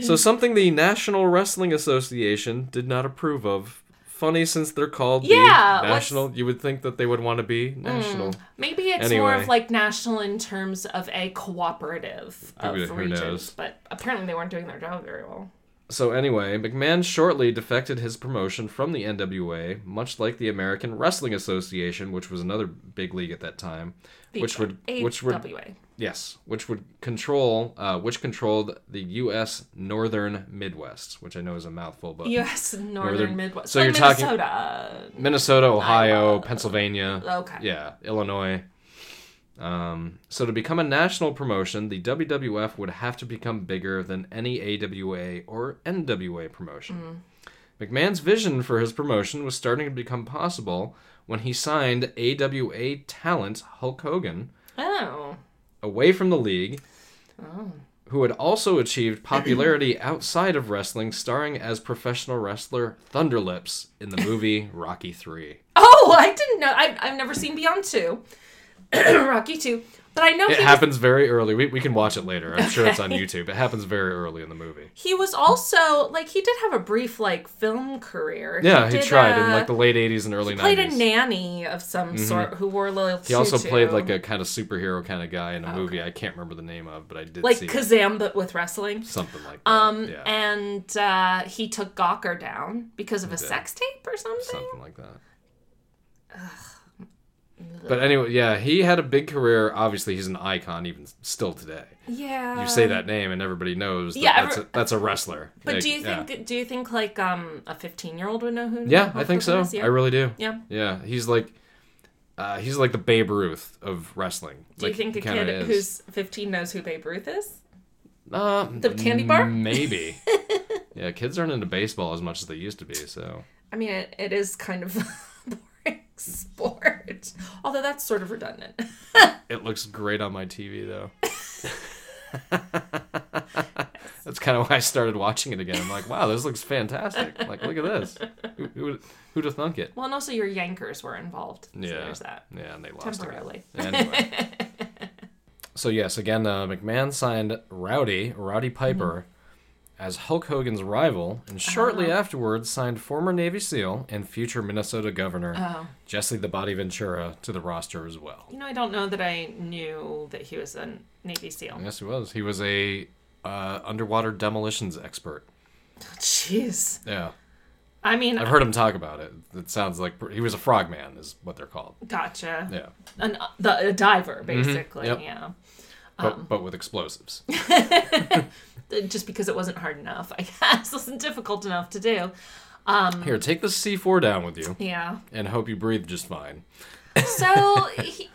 C: so something the National Wrestling Association did not approve of. Funny since they're called
D: Yeah,
C: the
D: what's-
C: national, you would think that they would want to be national.
D: Maybe it's more
C: Anyway.
D: of like national in terms of a cooperative of
C: Who- who
D: regions,
C: knows?
D: but apparently they weren't doing their job very well.
C: So anyway, McMahon shortly defected his promotion from the NWA, much like the American Wrestling Association, which was another big league at that time,
D: The
C: which would
D: AWA.
C: which would yes, which would control uh, which controlled the U.S. Northern Midwest, which I know is a mouthful, but
D: U.S. Northern,
C: Northern-
D: Midwest.
C: so
D: like
C: you're talking-
D: Minnesota.
C: Minnesota, Ohio, Pennsylvania.
D: Okay.
C: Yeah, Illinois. Um, so to become a national promotion, the WWF would have to become bigger than any AWA or NWA promotion. McMahon's vision for his promotion was starting to become possible when he signed AWA talent Hulk Hogan
D: Oh.
C: away from the league, who had also achieved popularity outside of wrestling, starring as professional wrestler Thunderlips in the movie Rocky Three.
D: Oh, I didn't know. I've, I've never seen Beyond 2, Rocky 2. But I know
C: It
D: he,
C: happens very early. We, we can watch it later. I'm sure it's on YouTube. It happens very early in the movie.
D: he was also, like, he did have a brief, like, film career.
C: Yeah, he
D: did,
C: tried in
D: uh,
C: like the late 80s and early
D: played
C: 90s.
D: a nanny of some sort who wore a little
C: he also played like a kind of superhero kind of guy in a movie I can't remember the name of, but I did
D: Like
C: see it.
D: Kazam, but with wrestling.
C: something like that.
D: Um,
C: yeah,
D: and uh, he took Gawker down because of a sex tape or something.
C: something like that. But anyway, yeah, he had a big career. Obviously, he's an icon even still today.
D: Yeah.
C: You say that name and everybody knows that
D: Um, Yeah,
C: that's,
D: every-
C: a, that's a wrestler.
D: But
C: Like,
D: do you
C: yeah.
D: think? Do you think like um a fifteen year old would know who?
C: Yeah, I
D: Hulk
C: think so.
D: Hogan is? Yeah.
C: I really do.
D: Yeah.
C: Yeah, he's like, uh, he's like the Babe Ruth of wrestling.
D: do you
C: Like,
D: think
C: he
D: a
C: kinda
D: kid
C: is.
D: who's fifteen knows who Babe Ruth is?
C: uh,
D: the candy bar?
C: Maybe. yeah, kids aren't into baseball as much as they used to be. So
D: I mean, it, it is kind of a boring sport, although that's sort of redundant.
C: it looks great on my TV though. That's kind of why I started watching it again. I'm like, wow, this looks fantastic. Like, look at this. Who, who, would- who'd have thunk it?
D: well, and also your Yankers were involved. So
C: Yeah.
D: There's that
C: Yeah, and they lost again.
D: temporarily.
C: Anyway. so yes, again, uh, McMahon signed Rowdy Rowdy Piper as Hulk Hogan's rival, and shortly afterwards signed former Navy SEAL and future Minnesota Governor Jesse the Body Ventura to the roster as well.
D: You know, I don't know that I knew that he was a Navy SEAL.
C: Yes, he was. He was a uh, underwater demolitions expert.
D: Jeez.
C: Yeah,
D: I mean,
C: I've heard him talk about it. It sounds like he was a frogman, is what they're called.
D: gotcha.
C: Yeah, Mm-hmm.
D: An, the, a diver, basically.
C: Yep.
D: Yeah.
C: but, but with explosives.
D: just because it wasn't hard enough, I guess. It wasn't difficult enough to do.
C: Here, take this C four down with you,
D: Yeah.
C: and hope you breathe just fine.
D: So, he,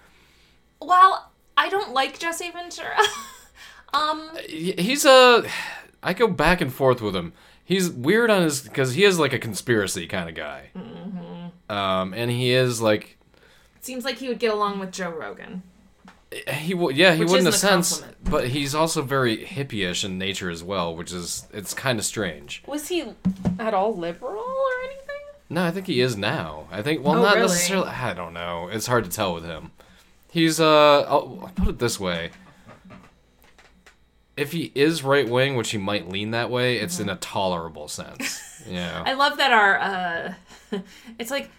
D: while I don't like Jesse Ventura, um,
C: He- he's a i go back and forth with him he's weird on his because he is like a conspiracy kind of guy
D: Mm-hmm.
C: um and he is like
D: it seems like he would get along with Joe Rogan.
C: he w- yeah he
D: Which
C: would in a,
D: isn't a
C: sense
D: compliment.
C: but he's also very hippie-ish in nature as well which is it's kind of strange
D: Was he at all liberal or anything?
C: no i think he is now i think well
D: Oh,
C: not
D: really?
C: necessarily i don't know it's hard to tell with him he's uh I'll, I'll put it this way if he is right wing, which he might lean that way, it's in a tolerable sense. Yeah.
D: Mm-hmm. I love that our, uh, it's like,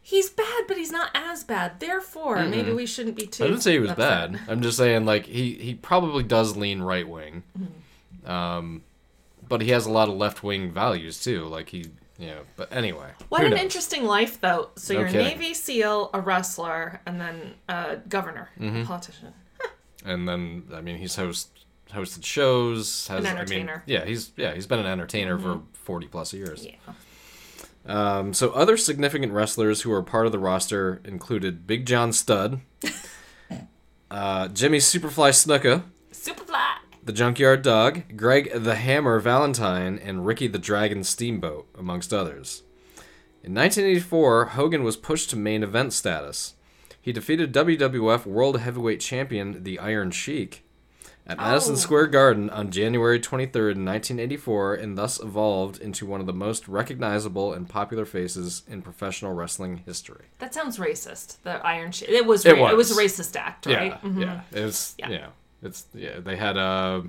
D: he's bad, but he's not as bad. Therefore, maybe we shouldn't be too.
C: I didn't say he was
D: upset.
C: bad. I'm just saying like he he probably does lean right wing, um,
D: Mm-hmm.
C: but he has a lot of left wing values too. Like he, you know. But anyway,
D: What
C: who
D: an
C: knows?
D: interesting life, though. So
C: No
D: you're a
C: kidding.
D: Navy SEAL, a wrestler, and then a governor,
C: Mm-hmm.
D: a politician.
C: And then I mean he's host hosted shows. Has,
D: An
C: I mean,
D: entertainer. Mm-hmm.
C: yeah, he's yeah he's been an entertainer for forty plus years.
D: Yeah.
C: Um, so other significant wrestlers who were part of the roster included Big John Studd, uh, Jimmy Superfly Snuka.
D: Superfly.
C: the Junkyard Dog, Greg the Hammer Valentine, and Ricky the Dragon Steamboat, amongst others. In 1984, Hogan was pushed to main event status. He defeated WWF World Heavyweight Champion the Iron Sheik at Madison
D: Oh.
C: Square Garden on January 23, 1984, and thus evolved into one of the most recognizable and popular faces in professional wrestling history.
D: That sounds racist. The Iron Sheik. It was.
C: It
D: ra- it was
C: was.
D: a racist act, right?
C: Yeah,
D: Mhm.
C: yeah. It's
D: Yeah.
C: yeah. It's yeah. They had a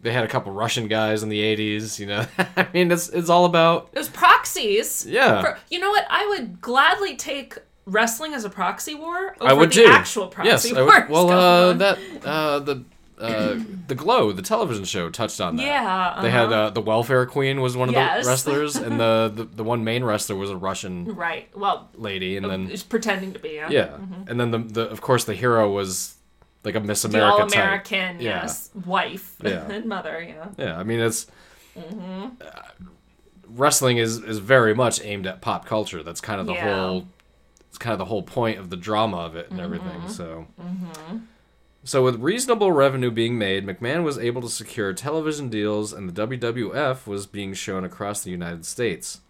C: they had a couple Russian guys in the '80s. You know, I mean, it's it's all about
D: It was proxies.
C: Yeah.
D: For, you know what? I would gladly take wrestling as a proxy war over
C: I would
D: the
C: do
D: actual proxy
C: yes, I
D: wars.
C: would, well,
D: going
C: uh,
D: on.
C: that uh, the uh, the Glow, the television show, touched on that.
D: Yeah, uh-huh.
C: They had uh, the Welfare Queen was one of
D: Yes.
C: the wrestlers, and the, the the one main wrestler was a Russian
D: Right. Well,
C: lady,
D: Oh,
C: and then
D: it's pretending to be. Yeah.
C: yeah, and then the, the of course the hero was like a Miss
D: Mm-hmm. The all
C: America type.
D: American,
C: Yeah.
D: yes, wife
C: Yeah.
D: and mother. Yeah.
C: Yeah, I mean it's uh, wrestling is is very much aimed at pop culture. That's kind of the
D: Yeah.
C: whole it's kind of the whole point of the drama of it and everything. So So with reasonable revenue being made, McMahon was able to secure television deals and the WWF was being shown across the United States.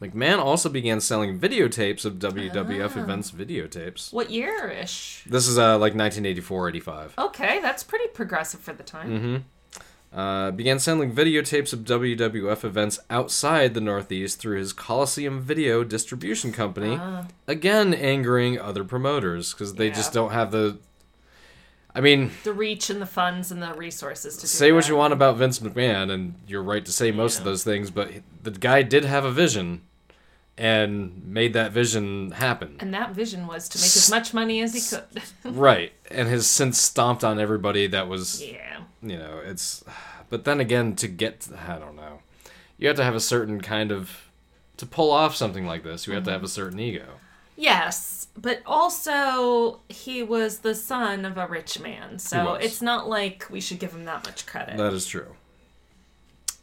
C: McMahon also began selling videotapes of WWF events videotapes.
D: What year ish?
C: This is uh, like 1984 85.
D: Okay, that's pretty progressive for the time.
C: Mm-hmm. uh, began selling videotapes of WWF events outside the Northeast through his Coliseum Video Distribution Company, again angering other promoters because they
D: Ah. Yeah.
C: just don't have the. I mean,
D: The reach and the funds and the resources to do
C: say what
D: that.
C: you want about Vince McMahon, and you're right to say most of those things, but the guy did have a vision and made that vision happen.
D: And that vision was to make as much money as he could.
C: right. And has since stomped on everybody that was
D: yeah.
C: you know, it's. But then again, to get, I don't know, you have to have a certain kind of to pull off something like this. You have to have a certain ego.
D: Yes, but also he was the son of a rich man, so
C: was.
D: it's not like we should give him that much credit.
C: That is true.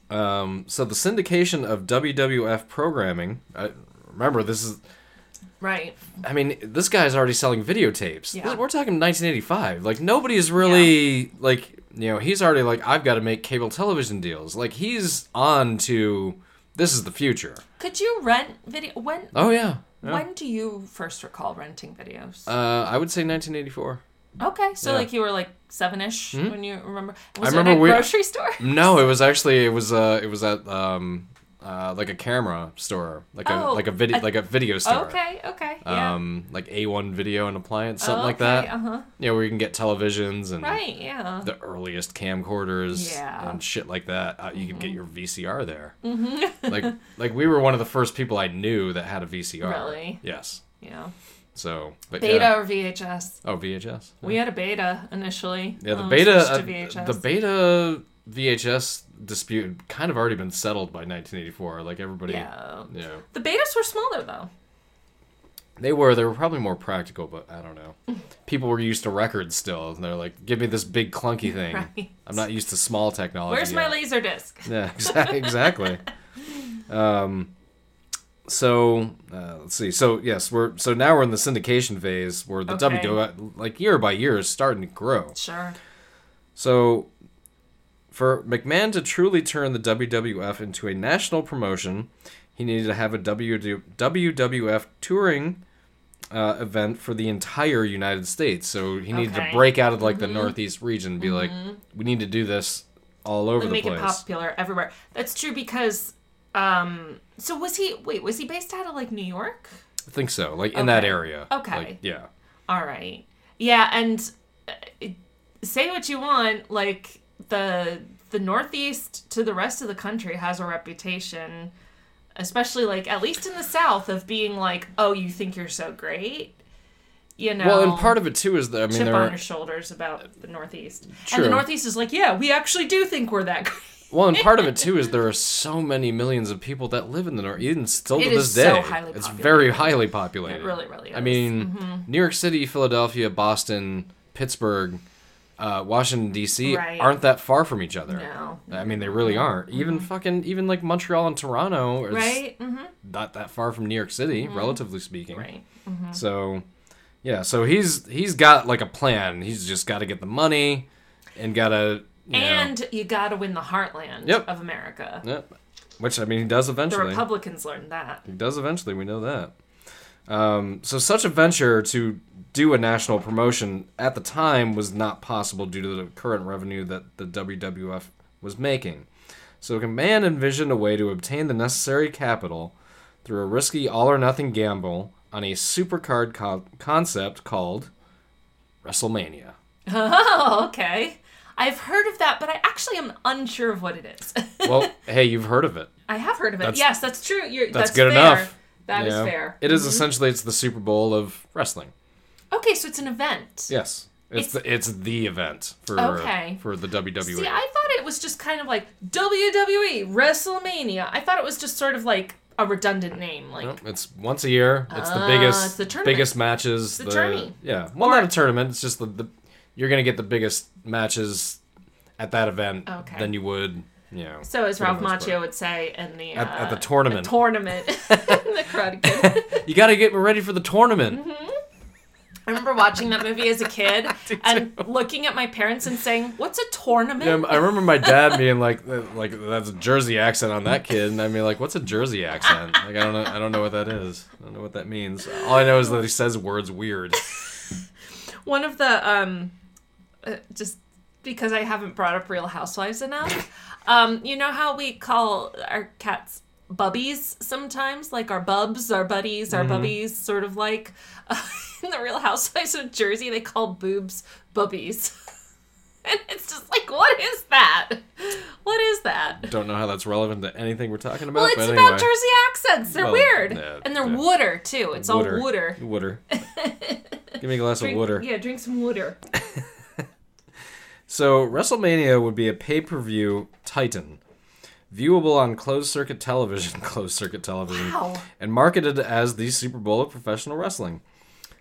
C: Um, so the syndication of WWF programming. I, remember, this is.
D: right.
C: I mean, this guy's already selling videotapes.
D: Yeah.
C: We're talking 1985. Like nobody is really like you know he's already like I've got to make cable television deals. Like he's on to this is the future.
D: Could you rent video when
C: Oh yeah. yeah.
D: when do you first recall renting videos?
C: Uh, I would say 1984.
D: okay, so
C: yeah. Hmm?
D: like you were like 7ish when you remember was it
C: remember
D: at a
C: we- Mm,
D: grocery store?
C: No, it was actually it was uh it was at um uh like a camera store, like a
D: Oh,
C: like a video
D: I-
C: like a video store.
D: Okay, okay. Yeah.
C: Um like A1 video and appliance something like that.
D: Uh-huh.
C: Yeah, where you can get televisions and
D: Right, yeah.
C: the earliest camcorders
D: Yeah. Mm-hmm.
C: and shit like that. Uh, you could get your VCR there. Mm-hmm. like like we were one of the first people I knew that had a VCR.
D: Really?
C: Yes.
D: yeah.
C: So, but
D: Beta
C: yeah.
D: or VHS?
C: Oh, VHS.
D: We had a beta initially.
C: Yeah, the
D: um,
C: beta
D: switched
C: uh,
D: to VHS.
C: the beta VHS dispute had kind of already been settled by 1984. Like everybody,
D: Yeah.
C: you know,
D: The betas were smaller though.
C: they were they were probably more practical, but I don't know. People were used to records still, and they're like, "Give me this big clunky thing.
D: Right.
C: I'm not used to small technology."
D: Where's my
C: yet."
D: laser disc?
C: Oh, Yeah, exa- exactly. um, so uh, let's see. So yes, we're so now we're in the syndication phase where the
D: Okay.
C: WWF, like year by year, is starting to grow.
D: Sure.
C: So, for McMahon to truly turn the WWF into a national promotion, he needed to have a WD- WWF touring uh, event for the entire United States. So he needed
D: Okay. Mm-hmm.
C: to break out of like the Northeast region, and be like, we need to do this all over
D: They
C: the
D: make
C: place.
D: it popular everywhere. That's true because um so was he wait, was he based out of like New York?
C: I think so, like in that
D: Okay.
C: area.
D: Okay.
C: Like, yeah.
D: All right. Yeah, and uh, say what you want, like the the northeast to the rest of the country has a reputation especially like at least in the south of being like, "Oh, you think you're so great?" You know.
C: Well, and part of it too is that I mean,
D: chip
C: there
D: on
C: are,
D: your shoulders about the Northeast. And
C: True.
D: the Northeast is like, yeah, we actually do think we're that great.
C: well, and part of it too is there are so many millions of people that live in the North, even still
D: It
C: to
D: is
C: this day.
D: so highly
C: it's
D: populated.
C: very highly populated.
D: It really, really is. Mm-hmm.
C: I mean, New York City, Philadelphia, Boston, Pittsburgh, uh, Washington D.C.
D: Right.
C: aren't that far from each other.
D: No. Mm-hmm.
C: I mean, they really aren't. Even fucking, even like Montreal and Toronto is
D: right? Mm-hmm.
C: not that far from New York City, relatively speaking.
D: Right. Mm-hmm.
C: So, yeah. So he's he's got like a plan. He's just got to get the money, and gotta. You
D: And you got to win the heartland
C: Yep.
D: of America.
C: know, Yep. which I mean, he does
D: The
C: eventually.
D: Republicans learned that.
C: He does eventually, we know that. Um, so such a venture to do a national promotion at the time was not possible due to the current revenue that the WWF was making. So McMahon envisioned a way to obtain the necessary capital through a risky all or nothing gamble on a supercard co- concept called WrestleMania.
D: Oh, okay. I've heard of that, but I actually am unsure of what it is.
C: Well, hey, you've heard of it.
D: I have heard of it.
C: That's-
D: yes, that's true. You're, that's,
C: That's, good
D: fair.
C: enough.
D: That
C: You
D: is
C: know?
D: fair. Mm-hmm.
C: It is essentially it's the Super Bowl of wrestling.
D: Okay, so it's an event.
C: Yes. It's the, it's the event for
D: Okay.
C: for the WWE.
D: See, I thought it was just kind of like WWE WrestleMania. I thought it was just sort of like a redundant name, like
C: Nope, it's once a year. It's the
D: Ah,
C: biggest
D: it's the tournament.
C: biggest matches.
D: the tourney.
C: Yeah, well, not a tournament. It's just the, the you're gonna get the biggest matches at that event
D: Okay.
C: than you would. You know,
D: So as
C: for the
D: Ralph
C: most
D: Macchio would say in the uh,
C: At- at the tournament.
D: the tournament, the Karate Kid.
C: part. you got to get ready for the tournament.
D: Mm-hmm. I remember watching that movie as a kid and looking at my parents and saying, "What's a tournament?"
C: Yeah, Um, I remember my dad being like, uh, like that's a Jersey accent on that kid, and I mean, like, what's a Jersey accent? Like, I don't know, I don't know what that is. I don't know what that means. All I know is that he says words weird.
D: One of the um, uh, just because I haven't brought up Real Housewives enough, um, you know how we call our cats bubbies sometimes, like our bubs, our buddies,
C: Mm-hmm.
D: our bubbies, sort of like uh, in the Real Housewives of Jersey, they call boobs bubbies. And it's just like, what is that? What is that?
C: Don't know how that's relevant to anything we're talking about.
D: Well, it's
C: but anyway.
D: about Jersey accents. They're
C: Well,
D: weird.
C: yeah,
D: and they're
C: yeah.
D: water, too. It's all water.
C: Water. Give me a glass
D: Drink-
C: of water.
D: Yeah, drink some water.
C: So WrestleMania would be a pay-per-view Titan, viewable on closed circuit television, closed circuit television,
D: Wow.
C: and marketed as the Super Bowl of professional wrestling.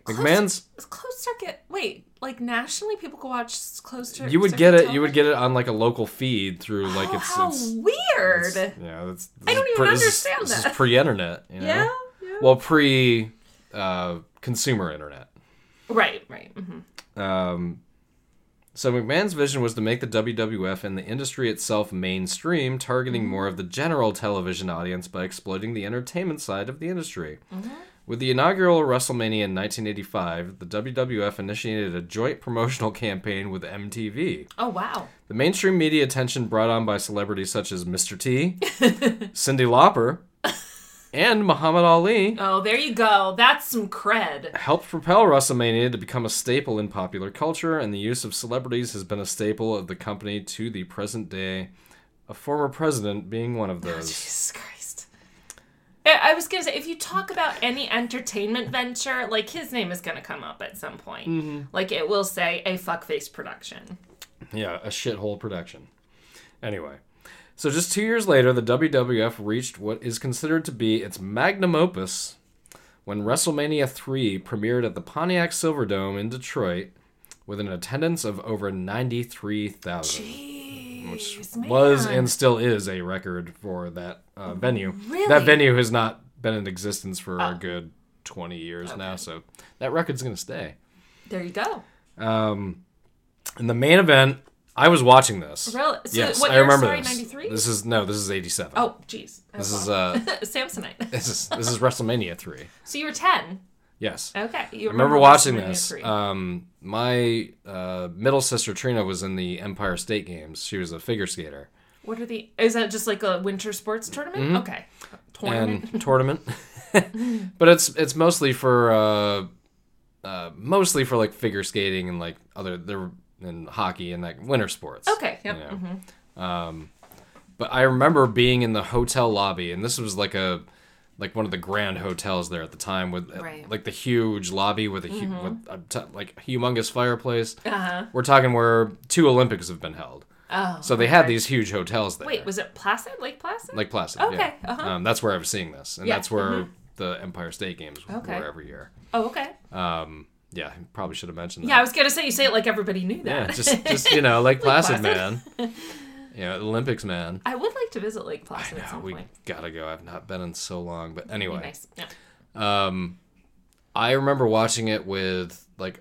C: McMahon's
D: It's closed circuit. Wait, like nationally, people can watch s- closed circuit.
C: you would get it you would get it on like a local feed through like
D: Oh,
C: it's
D: how
C: it's
D: weird.
C: it's- yeah, that's
D: I don't even understand
C: this is, This
D: that.
C: is pre-internet, you know?
D: yeah, yeah.
C: Well, pre uh, consumer internet.
D: Right, right. mhm.
C: Um, so McMahon's vision was to make the WWF and the industry itself mainstream, targeting more of the general television audience by exploiting the entertainment side of the industry. With the inaugural WrestleMania in 1985, the WWF initiated a joint promotional campaign with MTV.
D: Oh, wow.
C: The mainstream media attention brought on by celebrities such as Mr. T, Cindy Lauper, and Muhammad Ali
D: Oh, there you go. That's some cred.
C: helped propel WrestleMania to become a staple in popular culture, and the use of celebrities has been a staple of the company to the present day. A former president being one of those.
D: Jesus Christ. I I was gonna say, if you talk about any entertainment venture, like his name is gonna come up at some point.
C: Mm-hmm.
D: Like it will say a fuckface production.
C: yeah, a shithole production. Anyway, so just two years later, the WWF reached what is considered to be its magnum opus when WrestleMania 3 premiered at the Pontiac Silverdome in Detroit with an attendance of over 93,000.
D: Jeez,
C: was
D: man. Oh,
C: and still is a record for that uh, venue.
D: Really? Oh.
C: That venue has not been in existence for a good 20 years now, so that record's going to stay.
D: There you go.
C: And the main event, I was watching this.
D: Really? So
C: yes,
D: what
C: I
D: year?
C: remember
D: Sorry,
C: this.
D: 93?
C: This is no, this is 87.
D: Oh, jeez. I
C: this
D: was
C: is
D: wrong.
C: uh
D: Samsonite.
C: this is this is WrestleMania 3.
D: So you were 10.
C: Yes.
D: Okay. You
C: I remember watching
D: WrestleMania
C: this.
D: three.
C: Um, my uh, middle sister Trina was in the Empire State Games. She was a figure skater.
D: what are the. Is that just like a winter sports tournament? Okay. Tournament.
C: Mm-hmm. and tournament. but it's it's mostly for uh, uh, mostly for like figure skating and like other there and hockey and like winter sports.
D: okay. Yep. Mm-hmm.
C: You know? Um, but I remember being in the hotel lobby, and this was like a like one of the grand hotels there at the time with uh,
D: Right. Mm-hmm.
C: like the huge lobby with a hu- with a t- like humongous fireplace.
D: Uh-huh.
C: We're talking where two Olympics have been held.
D: Oh.
C: So they had these huge hotels there
D: Wait, was it Placid? Lake Placid?
C: like plastic.
D: Okay,
C: Yeah.
D: uh-huh.
C: Um, that's where I was seeing this, and
D: Yeah, uh-huh.
C: that's where the Empire State Games
D: Okay.
C: were every year.
D: oh, okay.
C: Um, yeah, I probably should have mentioned that.
D: yeah, I was going to say you say it like everybody knew
C: Yeah,
D: that.
C: just just you know, like Placid,
D: Placid.
C: Man, you know, Olympics Man.
D: I would like to visit Lake Placid at
C: Yeah,
D: some
C: we
D: point.
C: gotta go. I've not been in so long, but
D: Be
C: anyway,
D: nice. Yeah.
C: um, I remember watching it with like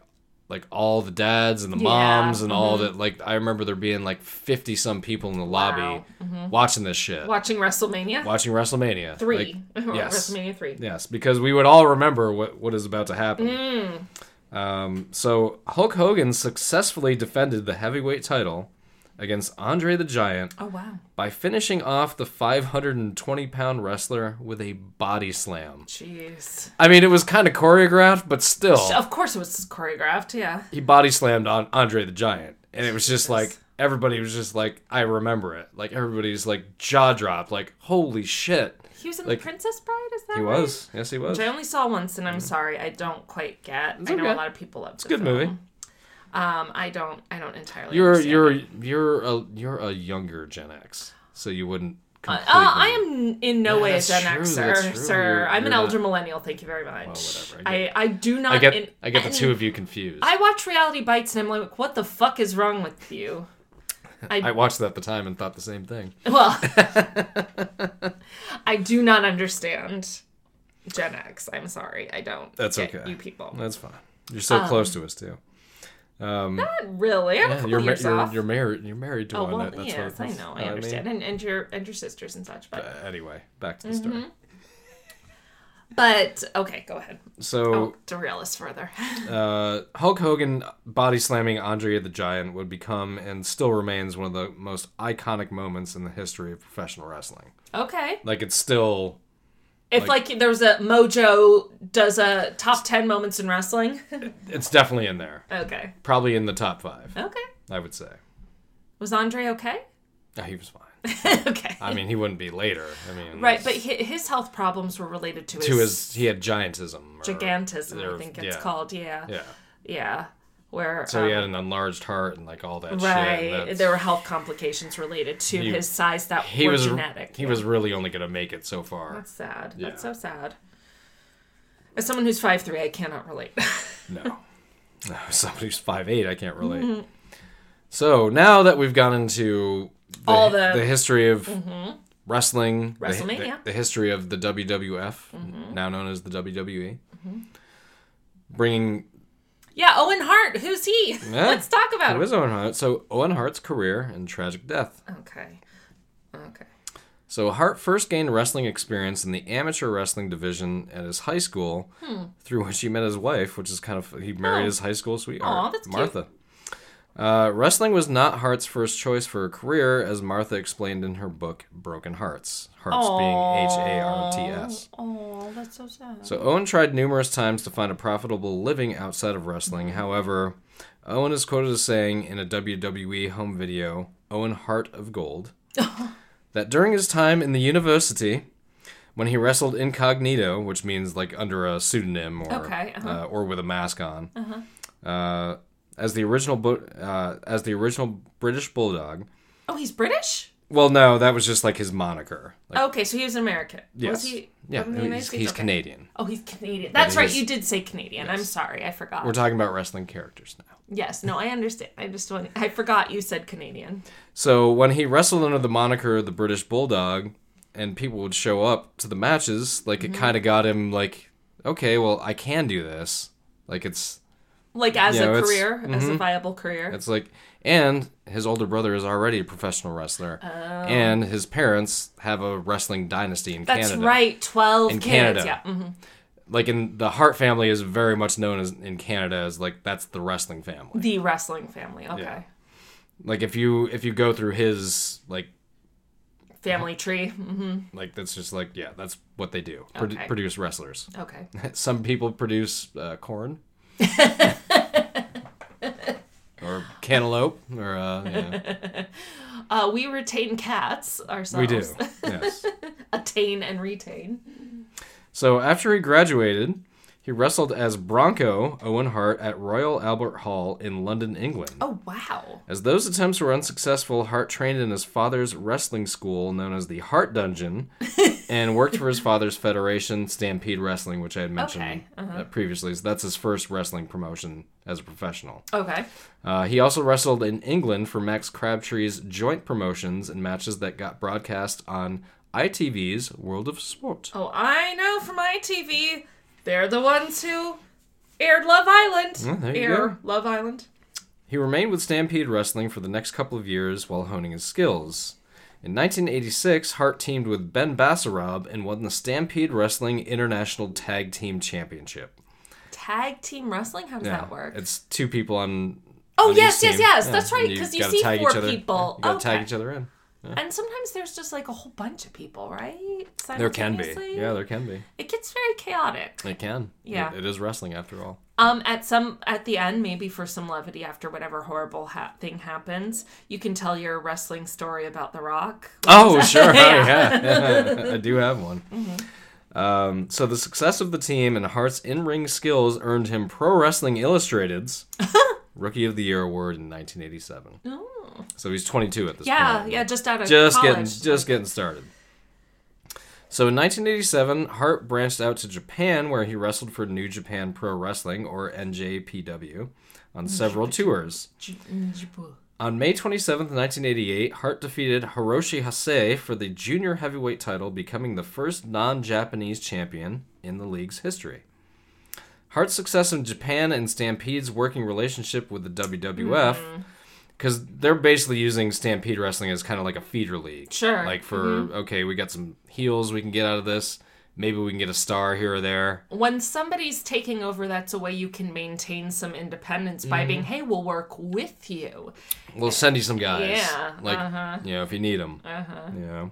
C: like all the dads and the
D: Yeah, uh-huh.
C: moms and all that. Like I remember there being like fifty some people in the lobby
D: Wow.
C: watching this shit,
D: Watching WrestleMania?
C: watching WrestleMania
D: Three.
C: Like, yes.
D: WrestleMania 3.
C: Yes, because we would all remember what, what is about to happen. Um, so Hulk Hogan successfully defended the heavyweight title against Andre the Giant
D: Oh, wow.
C: by finishing off the 520 pound wrestler with a body slam.
D: Jeez.
C: I mean, it was kind of choreographed, but still,
D: Of course it was choreographed, yeah.
C: he body slammed on Andre the Giant. And it was just like, everybody was just like, I remember it. Like, everybody's like jaw dropped, like, holy shit.
D: He was in
C: Like-
D: The Princess Bride, is that
C: He
D: right?
C: was. Yes, he was.
D: Which I only saw once, and I'm sorry, I don't quite get. I know
C: Mm. okay.
D: a lot of people love. It's
C: Good movie.
D: Um, I don't. I don't entirely.
C: You're
D: understand
C: you're
D: it.
C: you're a you're a younger Gen X, so you wouldn't.
D: Uh,
C: Completely...
D: I am in no
C: Yeah,
D: way a
C: that's
D: Gen
C: true,
D: Xer,
C: that's true.
D: sir.
C: You're-
D: I'm an
C: you're
D: elder
C: not-
D: millennial. Thank you very much.
C: whatever, I
D: I, I do not.
C: I
D: in
C: get I get the
D: any-
C: two of you confused.
D: I watch Reality Bites and I'm like, what the fuck is wrong with you?
C: I watched that at the time and thought the same thing.
D: Well, I do not understand Gen X. I'm sorry, I don't.
C: That's
D: get
C: okay.
D: You people,
C: That's fine. You're so close to us too. Um,
D: not really. I'm a
C: yeah,
D: couple
C: you're, ma-
D: years
C: you're
D: off.
C: you're married. You're married to
D: oh
C: one.
D: well,
C: that, that's what
D: yes,
C: it
D: I
C: is.
D: know.
C: You
D: I
C: what
D: understand, and, and your and your sisters and such. But
C: mean? Uh, anyway, back to the
D: Mm-hmm.
C: story.
D: but okay, go ahead.
C: So
D: Don't derail us further.
C: uh, Hulk Hogan body slamming Andre the Giant would become and still remains one of the most iconic moments in the history of professional wrestling.
D: okay.
C: Like it's still
D: If like, there was a Mojo does a top ten moments in wrestling.
C: it's definitely in there.
D: okay.
C: Probably in the top five,
D: Okay.
C: I would say.
D: Was Andre okay?
C: No, he was fine.
D: okay.
C: I mean, he wouldn't be later. I mean,
D: Right, but hi- his health problems were related to his,
C: to his he had giantism, or,
D: gigantism,
C: or-
D: I think it's
C: yeah,
D: called. Yeah. Yeah.
C: Yeah.
D: Where
C: So
D: um,
C: he had an enlarged heart and like all that shit.
D: right,
C: and
D: there were
C: that's-
D: health complications related to
C: He-
D: his size that
C: he
D: were
C: was
D: genetic.
C: he was really only gonna make it so far.
D: That's sad. That's so
C: Yeah.
D: sad. As someone who's 5'3", I cannot relate.
C: No. No, somebody who's five eight, I can't relate.
D: Mm-hmm.
C: So now that we've gone into the,
D: All the- Mm-hmm.
C: history of wrestling, the hi- the,
D: WrestleMania.
C: the history of the WWF,
D: Mm-hmm.
C: now known as the WWE, bringing
D: yeah, Owen Hart, who's he?
C: Yeah.
D: Let's talk about
C: who
D: him.
C: is Owen Hart. So Owen Hart's career and tragic death.
D: okay. Okay.
C: So Hart first gained wrestling experience in the amateur wrestling division at his high school, through which he met his wife, which is kind of he married
D: Hmm. Oh.
C: his high school sweetheart,
D: Aw, that's cute.
C: Martha. Uh, wrestling was not Hart's first choice for a career, as Martha explained in her book Broken Hearts. Hearts being H A R T S.
D: Oh, that's so sad.
C: So Owen tried numerous times to find a profitable living outside of wrestling. However, Owen is quoted as saying in a WWE home video, Owen Heart of Gold, that during his time in the university, when he wrestled incognito, which means like under a pseudonym or
D: Okay, uh-huh.
C: uh, or with a mask on, uh, as the original bu- uh, as the original British Bulldog.
D: Oh, he's British?
C: Well, no, that was just like his moniker. Like,
D: Okay, so he was an American.
C: yes,
D: Oh, Was he
C: yeah,
D: from the United
C: he's,
D: States?
C: he's
D: Okay.
C: Canadian.
D: Oh, he's Canadian. That's
C: he
D: right.
C: is-
D: You did say Canadian. I'm sorry. I forgot.
C: We're talking about wrestling characters now.
D: yes. No, I understand. I just want. I forgot you said Canadian.
C: So when he wrestled under the moniker the British Bulldog, and people would show up to the matches, like
D: Mm-hmm.
C: it kind of got him like, okay, well I can do this. Like it's
D: Like as a
C: Yeah, it's- mm-hmm.
D: career, as a viable career.
C: it's like, and his older brother is already a professional wrestler,
D: Oh.
C: and his parents have a wrestling dynasty in
D: That's
C: Canada.
D: right. Twelve
C: In
D: kids.
C: Canada.
D: Yeah. mhm.
C: Like in the Hart family is very much known as in Canada as like that's the wrestling family.
D: The wrestling family. Okay.
C: Yeah. Like if you if you go through his like
D: Family tree. hmm
C: like that's just like yeah that's what they do Pro-
D: Okay.
C: produce wrestlers.
D: Okay.
C: Some people produce uh, corn or cantaloupe, or uh, yeah.
D: Uh, we retain cats ourselves.
C: we do. Yes.
D: Attain and retain.
C: So after he graduated, he wrestled as Bronco Owen Hart at Royal Albert Hall in London, England.
D: Oh wow.
C: As those attempts were unsuccessful, Hart trained in his father's wrestling school known as the Hart Dungeon and worked for his father's federation, Stampede Wrestling, which I had mentioned
D: Okay,
C: uh, previously. So that's his first wrestling promotion as a professional.
D: Okay.
C: Uh, he also wrestled in England for Max Crabtree's joint promotions and matches that got broadcast on ITV's World of Sport.
D: Oh, I know from ITV. They're the ones who aired Love Island.
C: there you
D: Air
C: go.
D: Love Island.
C: He remained with Stampede Wrestling for the next couple of years while honing his skills. In 1986, Hart teamed with Ben Bassarab and won the Stampede Wrestling International Tag Team Championship.
D: Tag team wrestling. How does
C: Yeah,
D: that work?
C: It's two people on.
D: Oh
C: on each
D: yes, yes,
C: team.
D: yes.
C: Yeah,
D: That's right.
C: and
D: Because you,
C: gotta
D: see
C: tag
D: four
C: each other-
D: people.
C: You gotta
D: okay.
C: tag each other in.
D: And sometimes there's just like a whole bunch of people, right?
C: There can be.
D: Simultaneously?
C: Yeah, there can be.
D: It gets very chaotic.
C: It can.
D: Yeah.
C: It- it is wrestling after all.
D: Um, at some at the end, maybe for some levity after whatever horrible ha- thing happens, you can tell your wrestling story about The Rock.
C: Oh, sure. yeah. I do have one.
D: Mm-hmm.
C: Um, so the success of the team and Hart's in-ring skills earned him Pro Wrestling Illustrated's Rookie of the Year award in 1987.
D: Oh.
C: So he's 22 at this
D: Yeah,
C: point.
D: yeah, just out of
C: just
D: college.
C: getting just getting started. So in 1987, Hart branched out to Japan, where he wrestled for New Japan Pro Wrestling or NJPW on several tours.
D: mm,
C: On May 27, 1988, Hart defeated Hiroshi Hase for the junior heavyweight title, becoming the first non-Japanese champion in the league's history. Hart's success in Japan and Stampede's working relationship with the WWF because they're basically using Stampede Wrestling as kind of like a feeder league.
D: Sure.
C: Like for okay, we got some heels we can get out of this. Maybe we can get a star here or there.
D: when somebody's taking over, that's a way you can maintain some independence by
C: Mm-hmm.
D: being, hey, we'll work with you.
C: We'll send you some guys.
D: Yeah,
C: Like
D: uh-huh.
C: you know if you need them. You know.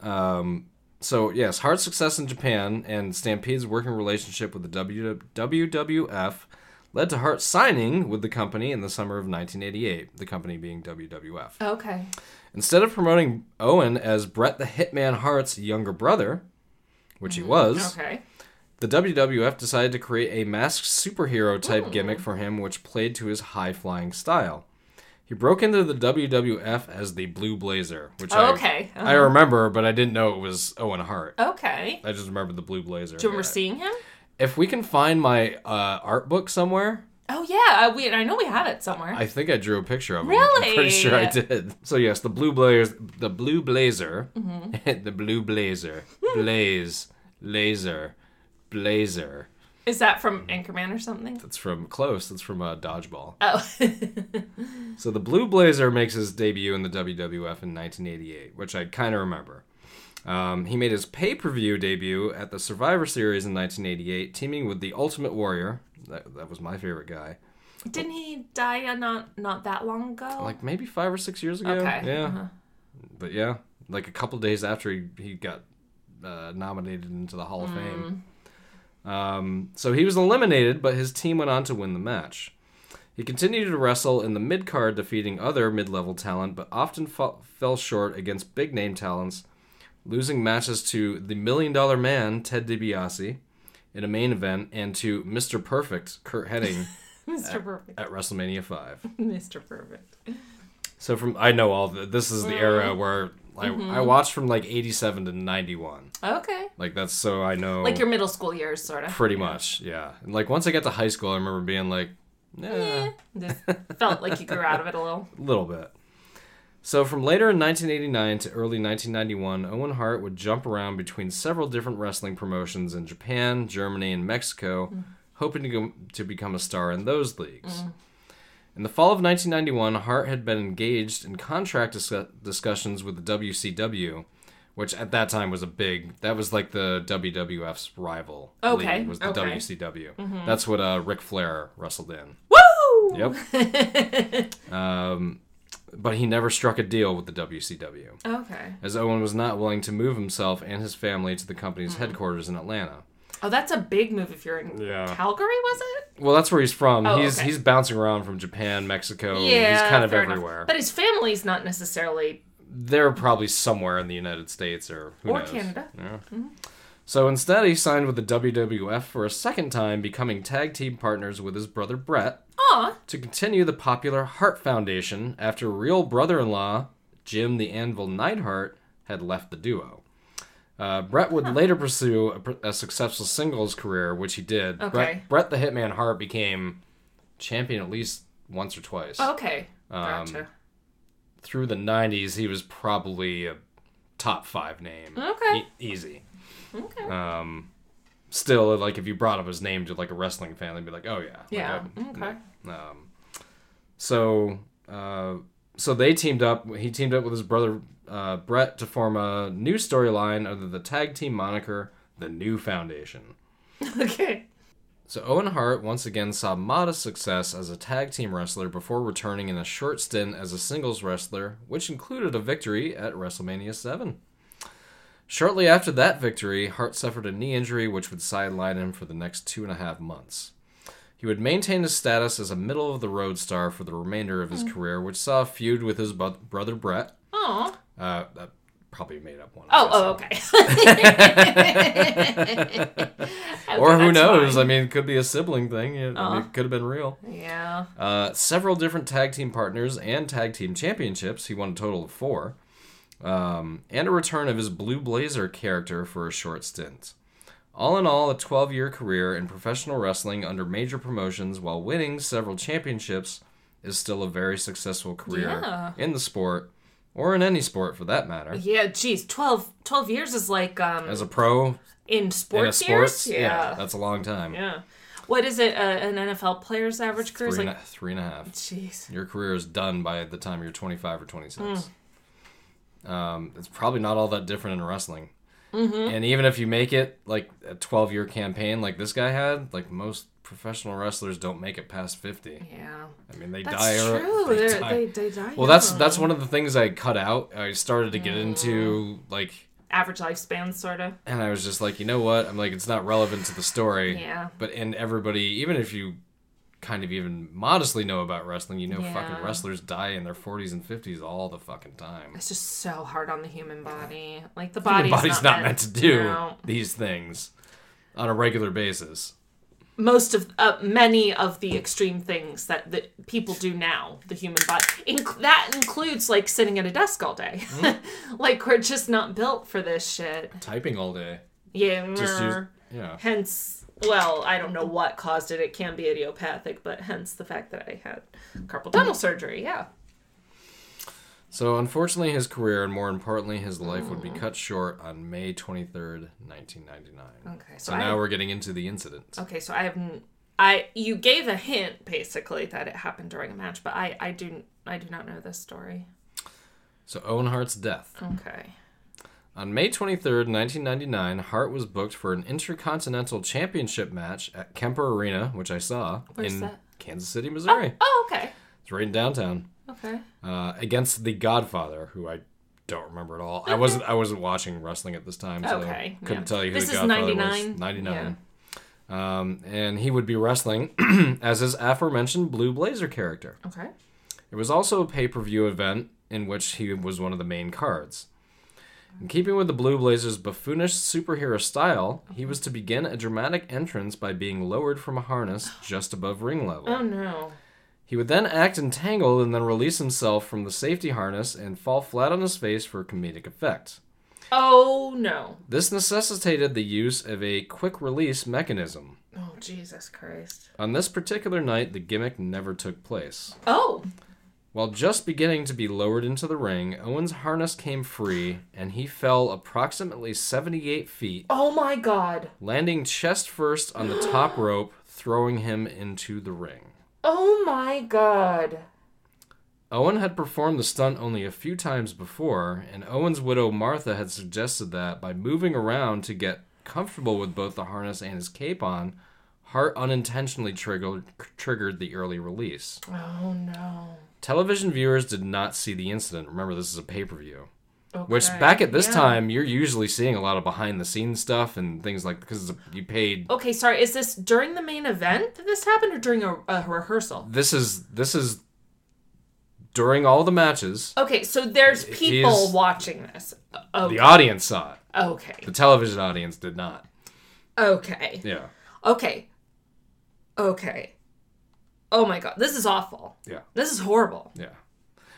C: Um. So yes, Hart's success in Japan and Stampede's working relationship with the W WWF led to Hart signing with the company in the summer of 1988. The company being WWF.
D: Okay.
C: Instead of promoting Owen as Brett the Hitman Hart's younger brother, which he was,
D: Mm, Okay.
C: the WWF decided to create a masked superhero type
D: Hmm.
C: gimmick for him, which played to his high flying style. He broke into the WWF as the Blue Blazer, which I-
D: Okay, Uh-huh.
C: I, remember, but I didn't know it was Owen Hart.
D: Okay.
C: I just remember the Blue Blazer.
D: Do you remember
C: guy.
D: seeing him?
C: If we can find my uh, art book somewhere,
D: Oh yeah, I, we, I know we had it somewhere.
C: I think I drew a picture of him. I'm
D: Really?
C: pretty sure I did. So yes, the blue blazer, the blue blazer,
D: Mm-hmm.
C: the blue blazer, blaze, laser, blazer.
D: Is that from Anchorman or something?
C: That's from close. That's from uh, dodgeball.
D: Oh,
C: So the blue blazer makes his debut in the WWF in 1988, which I kind of remember. Um, he made his pay-per-view debut at the Survivor Series in 1988, teaming with the Ultimate Warrior. That, that was my favorite guy.
D: didn't he die uh, not not that long ago?
C: like maybe five or six years ago.
D: Okay,
C: Yeah.
D: uh-huh.
C: But yeah, like a couple days after he, he got uh, nominated into the Hall of Fame. Um, so he was eliminated, but his team went on to win the match. He continued to wrestle in the mid card, defeating other mid level talent, but often fa- fell short against big name talents, losing matches to the Million Dollar Man, Ted DiBiase, in a main event, and to Mr. Perfect, Kurt Hennig, Uh.
D: Mr. Perfect.
C: at WrestleMania 5.
D: Mr. Perfect.
C: So from I know all the, this is the era
D: Mm-hmm.
C: where I, I watched from like 87 to 91.
D: Okay.
C: Like that's so I know
D: Like your middle school years, sort of.
C: pretty much. Yeah. And like once I got to high school I remember being like eh,
D: Just felt like you grew out of it a little.
C: a little bit. So from later in 1989 to early 1991, Owen Hart would jump around between several different wrestling promotions in Japan, Germany, and Mexico,
D: Mm.
C: hoping to go, to become a star in those leagues. In the fall of 1991, Hart had been engaged in contract discu- discussions with the WCW, which at that time was a big. That was like the WWF's rival.
D: Okay,
C: league, was the
D: okay. Mm-hmm.
C: WCW. That's what uh, Ric Flair wrestled in.
D: Woo!
C: Yep. um, but he never struck a deal with the WCW,
D: Okay.
C: as Owen was not willing to move himself and his family to the company's
D: Mm-hmm.
C: headquarters in Atlanta.
D: Oh, that's a big move if you're in
C: Yeah.
D: Calgary, was it?
C: Well, that's where he's from.
D: Oh,
C: he's
D: okay.
C: he's bouncing around from Japan, Mexico. Oh, he's kind of
D: fair enough.
C: everywhere.
D: But his family's not necessarily.
C: They're probably somewhere in the United States or who
D: Or
C: knows.
D: Canada.
C: Yeah. So instead, he signed with the WWF for a second time, becoming tag team partners with his brother Brett
D: Aw.
C: to continue the popular Hart Foundation after real brother in law, Jim the Anvil Neidhart, had left the duo. Uh, Brett would later pursue a, pr- a successful singles career, which he did.
D: Okay.
C: Brett, Brett the Hitman Hart became champion at least once or twice.
D: Oh, Okay.
C: Um,
D: Gotcha.
C: Through the 90s, he was probably a top five name.
D: Okay.
C: E- easy. Um,
D: okay.
C: Still, like, if you brought up his name to, like, a wrestling fan, they'd be like, oh, yeah. Like,
D: yeah.
C: I'm-
D: okay.
C: Um, so, uh, so they teamed up. He teamed up with his brother uh, Brett to form a new storyline under the tag team moniker, the New Foundation.
D: Okay.
C: So Owen Hart once again saw modest success as a tag team wrestler before returning in a short stint as a singles wrestler, which included a victory at WrestleMania 7. Shortly after that victory, Hart suffered a knee injury which would sideline him for the next two and a half months. He would maintain his status as a middle of the road star for the remainder of his
D: Mm.
C: career, which saw a feud with his bu- brother Brett.
D: Aw.
C: Uh, that probably made up one. I
D: Oh,
C: guess.
D: oh, okay.
C: or who
D: that's
C: knows?
D: fine. Uh-huh.
C: I mean, it could be a sibling thing. It, I mean, it could have been real.
D: Yeah.
C: Uh, several different tag team partners and tag team championships. He won a total of four. Um, and a return of his Blue Blazer character for a short stint. All in all, a 12 year career in professional wrestling under major promotions while winning several championships is still a very successful career
D: Yeah.
C: in the sport, or in any sport for that matter.
D: Yeah, geez, 12, 12 years is like um
C: As a pro
D: in
C: in a
D: sports
C: sports,
D: years.
C: yeah.
D: yeah.
C: that's a long time.
D: Yeah. What is it? Uh, an NFL player's average career
C: Three,
D: is
C: and
D: like
C: a- three and a half.
D: jeez.
C: Your career is done by the time you're 25 or 26. Um, it's probably not all that different in wrestling.
D: Mm-hmm.
C: And even if you make it like a 12 year campaign like this guy had, like most professional wrestlers don't make it past 50.
D: Yeah.
C: I mean, they
D: That's
C: die ear-
D: true.
C: they
D: They're-
C: die-
D: They, they die.
C: well, that's
D: young.
C: that's one of the things I cut out. I started to get into like,
D: average lifespan sort of.
C: and I was just like, you know what? I'm like, it's not relevant to the story.
D: Yeah.
C: But and everybody, even if you kind of even modestly know about wrestling, you know
D: Yeah.
C: fucking wrestlers die in their 40s and 50s all the fucking time.
D: It's just so hard on the human body. Like the
C: The
D: body's,
C: body's not, meant to do
D: no.
C: these things on a regular basis.
D: most of uh, many of the extreme things that the people do now. The human body Inc- that includes like sitting at a desk all day.
C: Mm-hmm.
D: like we're just not built for this shit.
C: Typing all day.
D: Yeah.
C: Just use,
D: mer.
C: yeah.
D: hence well i don't know what caused it it can be idiopathic but hence the fact that i had carpal tunnel surgery yeah
C: So unfortunately his career and more importantly his life would
D: Mm.
C: be cut short on May 23rd, 1999.
D: okay so,
C: So
D: I,
C: now we're getting into the incident.
D: okay so i haven't i you gave a hint basically that it happened during a match but i i do i do not know this story
C: So Owen Hart's death.
D: okay
C: On May 23rd, 1999, Hart was booked for an Intercontinental Championship match at Kemper Arena, which I saw
D: Where's
C: in
D: that?
C: Kansas City, Missouri.
D: oh okay
C: It's right in downtown.
D: okay
C: Uh, against The Godfather, who I don't remember at all. I wasn't I wasn't watching wrestling at this time, so
D: Okay,
C: couldn't
D: yeah.
C: tell you who
D: This
C: The
D: is
C: Godfather
D: 99?
C: was. 99. Um, and he would be wrestling as his aforementioned Blue Blazer character.
D: okay
C: It was also a pay per view event in which he was one of the main cards. In keeping with the Blue Blazers' buffoonish superhero style, he was to begin a dramatic entrance by being lowered from a harness just above ring
D: oh
C: level.
D: no
C: He would then act entangled and then release himself from the safety harness and fall flat on his face for comedic effect.
D: oh no
C: This necessitated the use of a quick release mechanism.
D: oh jesus christ
C: On this particular night, the gimmick never took place.
D: oh
C: While just beginning to be lowered into the ring, Owen's harness came free and he fell approximately 78 feet,
D: oh my god
C: landing chest first on the top rope, throwing him into the ring.
D: oh my god
C: Owen had performed the stunt only a few times before, and Owen's widow Martha had suggested that by moving around to get comfortable with both the harness and his cape on, Hart unintentionally triggered, triggered the early release.
D: oh no
C: Television viewers did not see the incident. Remember, this is a pay per view.
D: okay.
C: Which back at this
D: Yeah.
C: time, you're usually seeing a lot of behind the scenes stuff and things like because you paid.
D: Okay, sorry. Is this during the main event that this happened, or during a, a rehearsal?
C: This is this is during all the matches.
D: Okay, so there's people
C: is-
D: watching this. Oh,
C: The audience saw it.
D: okay,
C: The television audience did not.
D: okay,
C: Yeah,
D: okay, okay. Oh my god, this is awful.
C: yeah,
D: This is horrible.
C: yeah.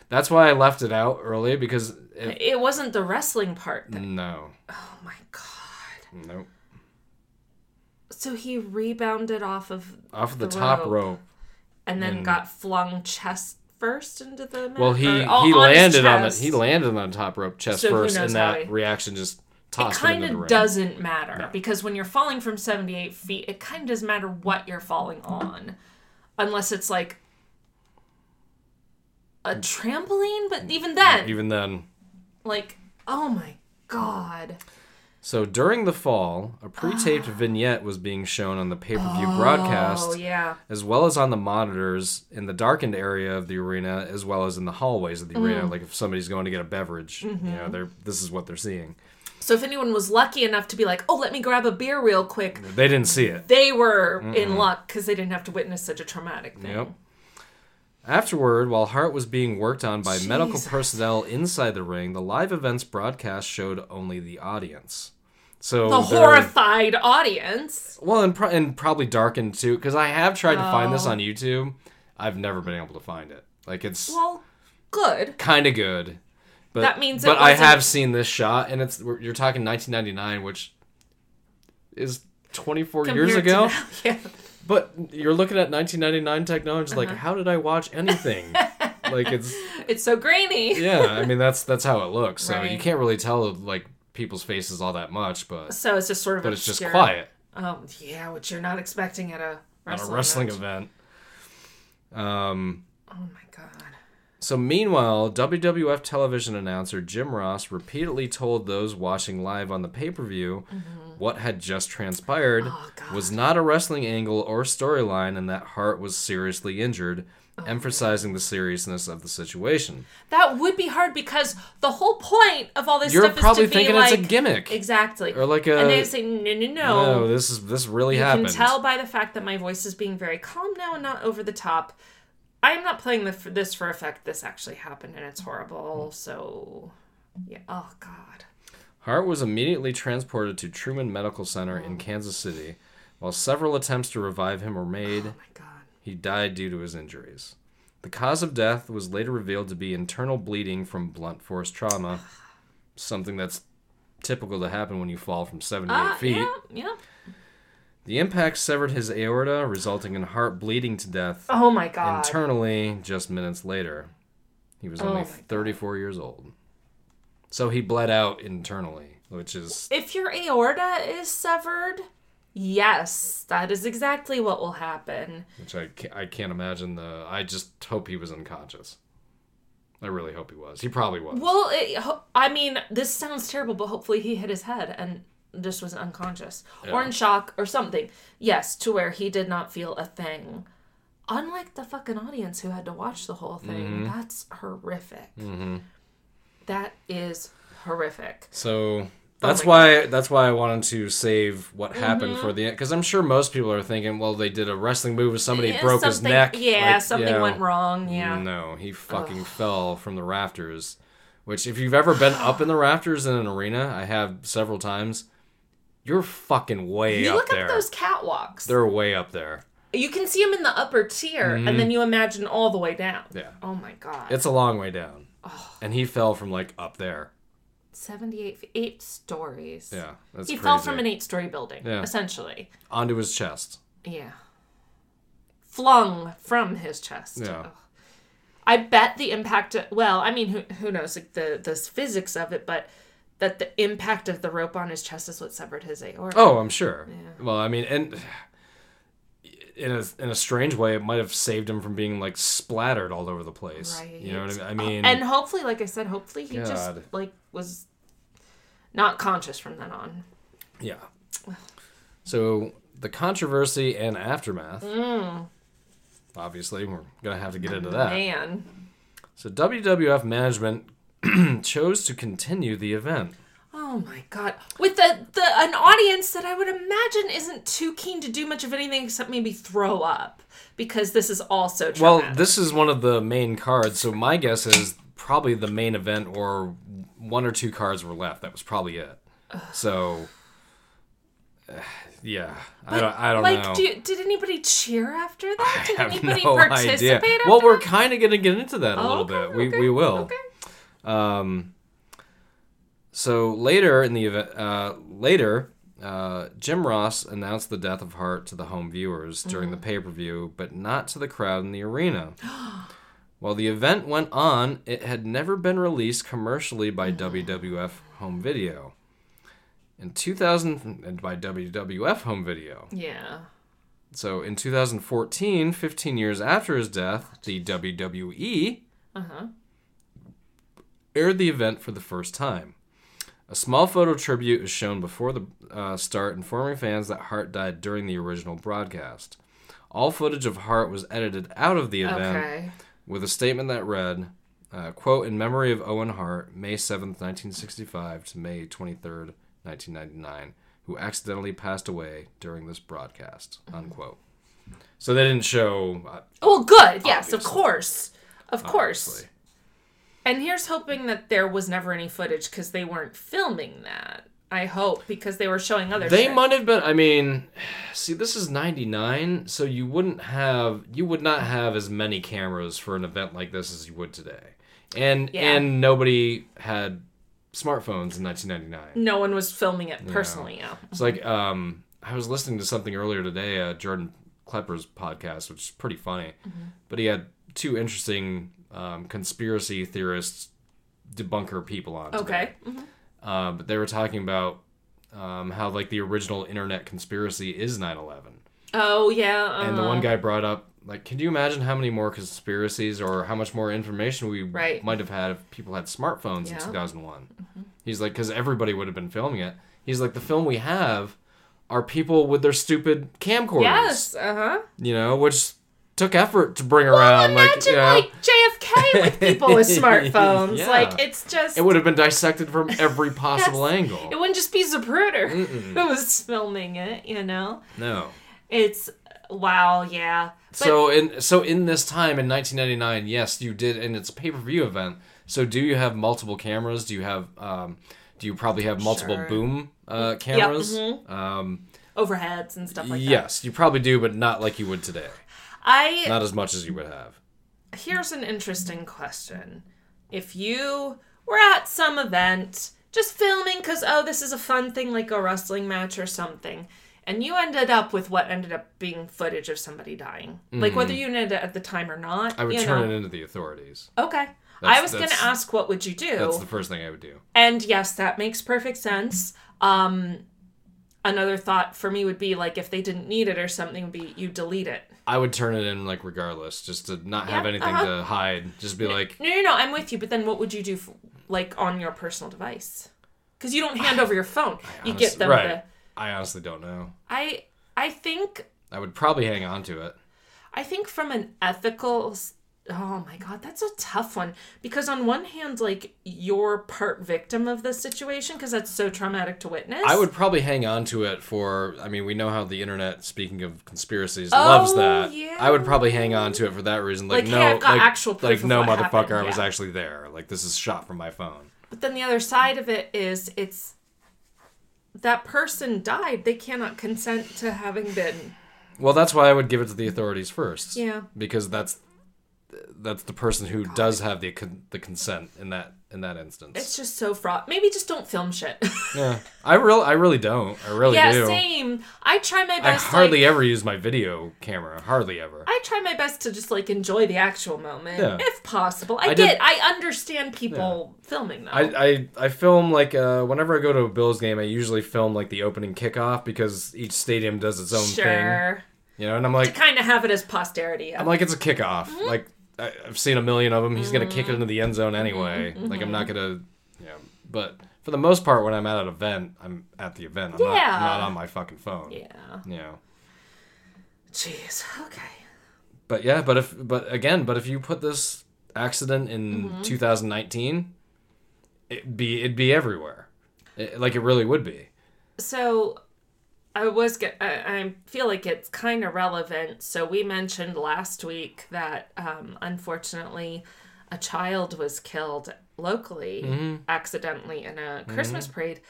C: That's why I left it out early because it,
D: It wasn't the wrestling part. That,
C: no,
D: oh my god.
C: no,
D: So he rebounded off of
C: off the, top
D: rope
C: rope.
D: and then got flung chest first into the mat?
C: Hmm. Well, he
D: Or- oh,
C: he
D: on his
C: landed on the
D: chest.
C: he landed on the top rope chest
D: So who
C: first, and
D: knows how
C: that
D: he-
C: reaction just tossed him
D: kind
C: into the
D: of
C: ring.
D: doesn't matter because when you're falling from 78 feet, it kind of doesn't matter what you're falling on, unless it's like a
C: Mm.
D: trampoline. But even then,
C: Even then,
D: like, oh my god,
C: So during the fall, a pre-taped vignette was being shown on the pay-per-view broadcast,
D: oh yeah,
C: as well as on the monitors in the darkened area of the arena, as well as in the hallways of the arena.
D: Mm.
C: Like if somebody's going to get a beverage, you
D: Mm-hmm.
C: know, they're this is what they're seeing.
D: So if anyone was lucky enough to be like, oh, let me grab a beer real quick,
C: They didn't see it.
D: they were in luck because they didn't have to witness such a traumatic thing.
C: Yep. Afterward, while Hart was being worked on by medical
D: Jesus.
C: personnel inside the ring, the live events broadcast showed only the audience. So
D: The
C: they're-
D: horrified audience.
C: Well, and, pro- and probably darkened too, because I have tried to find
D: Oh.
C: this on YouTube. I've never been able to find it. Like it's
D: Well, good.
C: kind of good, but
D: That means it
C: But I
D: wasn't-
C: have seen this shot, and it's we're- you're talking 1999, which is 24 years
D: compared to
C: ago.
D: now. Yeah.
C: But you're looking at 1999 technology,
D: Uh-huh.
C: like how did I watch anything? like it's
D: It's so grainy.
C: yeah. I mean that's that's how it looks. So you
D: Right.
C: can't really tell like people's faces all that much, but
D: So it's just sort of
C: but it's just
D: obscure.
C: quiet.
D: Oh, yeah, which you're not expecting at a
C: at a
D: wrestling
C: wrestling
D: match.
C: event. Um,
D: Oh my god.
C: so meanwhile, WWF television announcer Jim Ross repeatedly told those watching live on the pay-per-view what had just transpired
D: Mm-hmm. Oh, God.
C: was not a wrestling angle or storyline and that Hart was seriously injured,
D: Oh,
C: emphasizing the seriousness of the situation.
D: That would be hard because the whole point of all this
C: You're
D: stuff
C: probably
D: is to
C: thinking
D: be
C: it's
D: like
C: a gimmick.
D: Exactly.
C: Or like a-
D: And they say no, no,
C: No,
D: no.
C: this is this really
D: you
C: happened.
D: can tell by the fact that my voice is being very calm now and not over the top. I am not playing the, this for effect. This actually happened and it's
C: Hmm.
D: horrible. So, yeah. Oh god.
C: Hart was immediately transported to Truman Medical Center
D: Oh.
C: in Kansas City, while several attempts to revive him were made.
D: Oh my god.
C: He died due to his injuries. The cause of death was later revealed to be internal bleeding from blunt force trauma, something that's typical to happen when you fall from 78
D: Uh,
C: feet.
D: yeah. Yeah.
C: The impact severed his aorta, resulting in Hart bleeding to death
D: Oh my god.
C: internally just minutes later. He was
D: Oh
C: only
D: my God.
C: 34 years old. So he bled out internally, which is
D: if your aorta is severed, yes, that is exactly what will happen.
C: Which I can't, I can't imagine the. I just hope he was unconscious. I really hope he was. He probably was.
D: Well, it, ho- I mean, this sounds terrible, but hopefully he hit his head and just was unconscious or in shock or something. Yes, to where he did not feel a thing. Unlike the fucking audience who had to watch the whole thing,
C: Mm-hmm.
D: that's horrific. That is horrific.
C: So that's
D: Oh my Mm-hmm.
C: why that's why I wanted to save what happened for the end because I'm sure most people are thinking, well, they did a wrestling move with somebody
D: Yeah,
C: broke his
D: something-
C: neck.
D: Yeah,
C: Like,
D: something
C: yeah. Mm,
D: went wrong. Yeah.
C: No, he fucking fell from the rafters. Which, if you've ever been up in the rafters in an arena, I have several times. You're fucking way
D: You
C: up
D: look
C: there.
D: up those catwalks.
C: They're way up there.
D: You can see them in the upper tier, and then you imagine all the way down.
C: Mm-hmm. Yeah.
D: Oh my god.
C: It's a long way down. And he fell from like up there.
D: 78 feet, eight stories.
C: Yeah, that's
D: he
C: crazy.
D: fell from an eight story building,
C: Yeah.
D: essentially.
C: onto his chest.
D: Yeah. Flung from his chest.
C: Yeah.
D: Ugh. I bet the impact, well, I mean, who, who knows like the, the physics of it, but that the impact of the rope on his chest is what severed his aorta.
C: Oh, I'm sure. Well, I mean, and in a in a strange way, it might have saved him from being like splattered all over the place. You know what I mean? I mean,
D: And hopefully, like I said, hopefully he just,
C: God.
D: like, was not conscious from then on.
C: yeah. So the controversy and aftermath. Obviously, we're gonna have to get into that.
D: Man.
C: So WWF management chose to continue the event.
D: Oh my god! With the, the an audience that I would imagine isn't too keen to do much of anything except maybe throw up because this is also
C: Well,
D: traumatic.
C: this is one of the main cards, so my guess is probably the main event or one or two cards were left. That was probably it. So, uh, yeah, I don't, I don't
D: like,
C: know.
D: do you- did anybody cheer after that? Did
C: I have
D: anybody
C: no
D: participate?
C: idea.
D: After
C: Well, we're
D: that? Oh,
C: kind of going to get into that a little
D: Okay,
C: bit. We
D: okay,
C: we will.
D: Okay.
C: So later in the event, uh, later, uh, Jim Ross announced the death of Hart to the home viewers during the pay per view, but not to the crowd in the arena. While the event went on, it had never been released commercially by WWF Home Video. In 2000, and by WWF Home Video.
D: Yeah.
C: So in 2014, 15 years after his death, the WWE
D: Uh huh.
C: aired the event for the first time. A small photo tribute is shown before the uh, start, informing fans that Hart died during the original broadcast. All footage of Hart was edited out of the event
D: Okay.
C: with a statement that read, uh, quote, in memory of Owen Hart, May 7th, 1965 to May 23rd, 1999, who accidentally passed away during this broadcast, unquote. So they didn't show, uh,
D: Well, good. Yes, of
C: Obviously.
D: course, of course.
C: obviously.
D: And here's hoping that there was never any footage because they weren't filming that. I hope, because they were showing other
C: They
D: shit.
C: might have been. I mean, see, this is '99, so you wouldn't have, you would not have as many cameras for an event like this as you would today, and
D: Yeah.
C: and nobody had smartphones in 1999.
D: No one was filming it personally, yeah.
C: It's like um, I was listening to something earlier today, uh, Jordan Klepper's podcast, which is pretty funny, but he had two interesting um, conspiracy theorists, debunker people on. today.
D: Okay.
C: Uh, but they were talking about um, how like the original internet conspiracy is 9-11
D: Oh, yeah.
C: and the
D: uh-huh.
C: one guy brought up like can you imagine how many more conspiracies or how much more information we
D: Right.
C: might have had if people had smartphones
D: Yeah. Mm-hmm.
C: in 2001 he's like because everybody would have been filming it he's like the film we have are people with their stupid camcorders
D: Yes, uh huh.
C: you know which took effort to bring around like you
D: Imagine
C: know
D: like JFK with people with smartphones.
C: Yeah.
D: Like it's just
C: it would have been dissected from every possible
D: Yes.
C: angle
D: it wouldn't just be Zapruder who was filming it. You know,
C: no
D: it's wow, yeah. But
C: so in so in this time in 1999, yes, you did, and it's a pay per view event. So do you have multiple cameras? Do you have um, do you probably have multiple
D: Sure.
C: boom uh, cameras? Um,
D: overheads and stuff like that.
C: yes, you probably do, but not like you would today.
D: I
C: Not as much as you would have.
D: here's an interesting question. If you were at some event, just filming because, oh, this is a fun thing like a wrestling match or something, and you ended up with what ended up being footage of somebody dying, like whether you knew it at the time or not,
C: Mm-hmm. I would
D: you
C: turn
D: know.
C: it into the authorities.
D: Okay. I
C: That's-
D: was going to
C: that's-
D: ask, what would you do?
C: That's the first thing I would do.
D: And yes, that makes perfect sense. Um, another thought for me would be like if they didn't need it or something, would be you delete it.
C: I would turn it in like regardless, just to not have
D: Yeah,
C: anything
D: uh-huh.
C: to hide. Just be like,
D: No, no, no. I'm with you. But then, what would you do, f like on your personal device? Because you don't hand over your phone. you get
C: honest-
D: them.
C: right.
D: The,
C: I honestly don't know.
D: I I think
C: I would probably hang on to it.
D: I think from an ethical. s- Oh my god, that's a tough one. Because on one hand, like you're part victim of this situation because that's so traumatic to witness.
C: I would probably hang on to it for. I mean, we know how the internet, speaking of conspiracies,
D: Oh,
C: loves that.
D: yeah.
C: I would probably hang on to it for that reason. Like,
D: Like, hey,
C: no,
D: I've got
C: like,
D: actual proof
C: like
D: of
C: no
D: what
C: motherfucker,
D: happened,
C: I was
D: yeah.
C: actually there. Like this is shot from my phone.
D: But then the other side of it is it's that person died. They cannot consent to having been.
C: Well, that's why I would give it to the authorities first.
D: Yeah.
C: because that's that's the person who does have the con- the consent in that in that instance.
D: It's just so fraught. Maybe just don't film shit.
C: yeah, I real I really don't. I really
D: yeah,
C: do.
D: same. I try my
C: I
D: best.
C: hardly
D: like,
C: ever use my video camera. Hardly ever.
D: I try my best to just like enjoy the actual moment
C: Yeah.
D: if possible. I,
C: I
D: get.
C: did-
D: I understand people filming though.
C: I, I, I film like uh, whenever I go to a Bills game, I usually film like the opening kickoff because each stadium does its own thing,
D: sure.
C: you know. And I'm like,
D: Kind of have it as posterity.
C: I'm like, it's a kickoff.
D: Mm-hmm.
C: Like I, I've seen a million of them. He's gonna kick it into the end zone anyway.
D: Mm-hmm.
C: Like I'm not gonna, you know. But for the most part, when I'm at an event, I'm at the event. I'm, not,
D: Yeah.
C: I'm not on my fucking phone.
D: yeah.
C: You know.
D: Jeez. Okay.
C: But yeah, but if but again, but if you put this accident in
D: Mm-hmm.
C: 2019, it'd be it'd be everywhere. It, like it really would be.
D: So I was get, I, I feel like it's kind of relevant. So we mentioned last week that um, unfortunately a child was killed locally
C: Mm-hmm.
D: accidentally in a Christmas parade.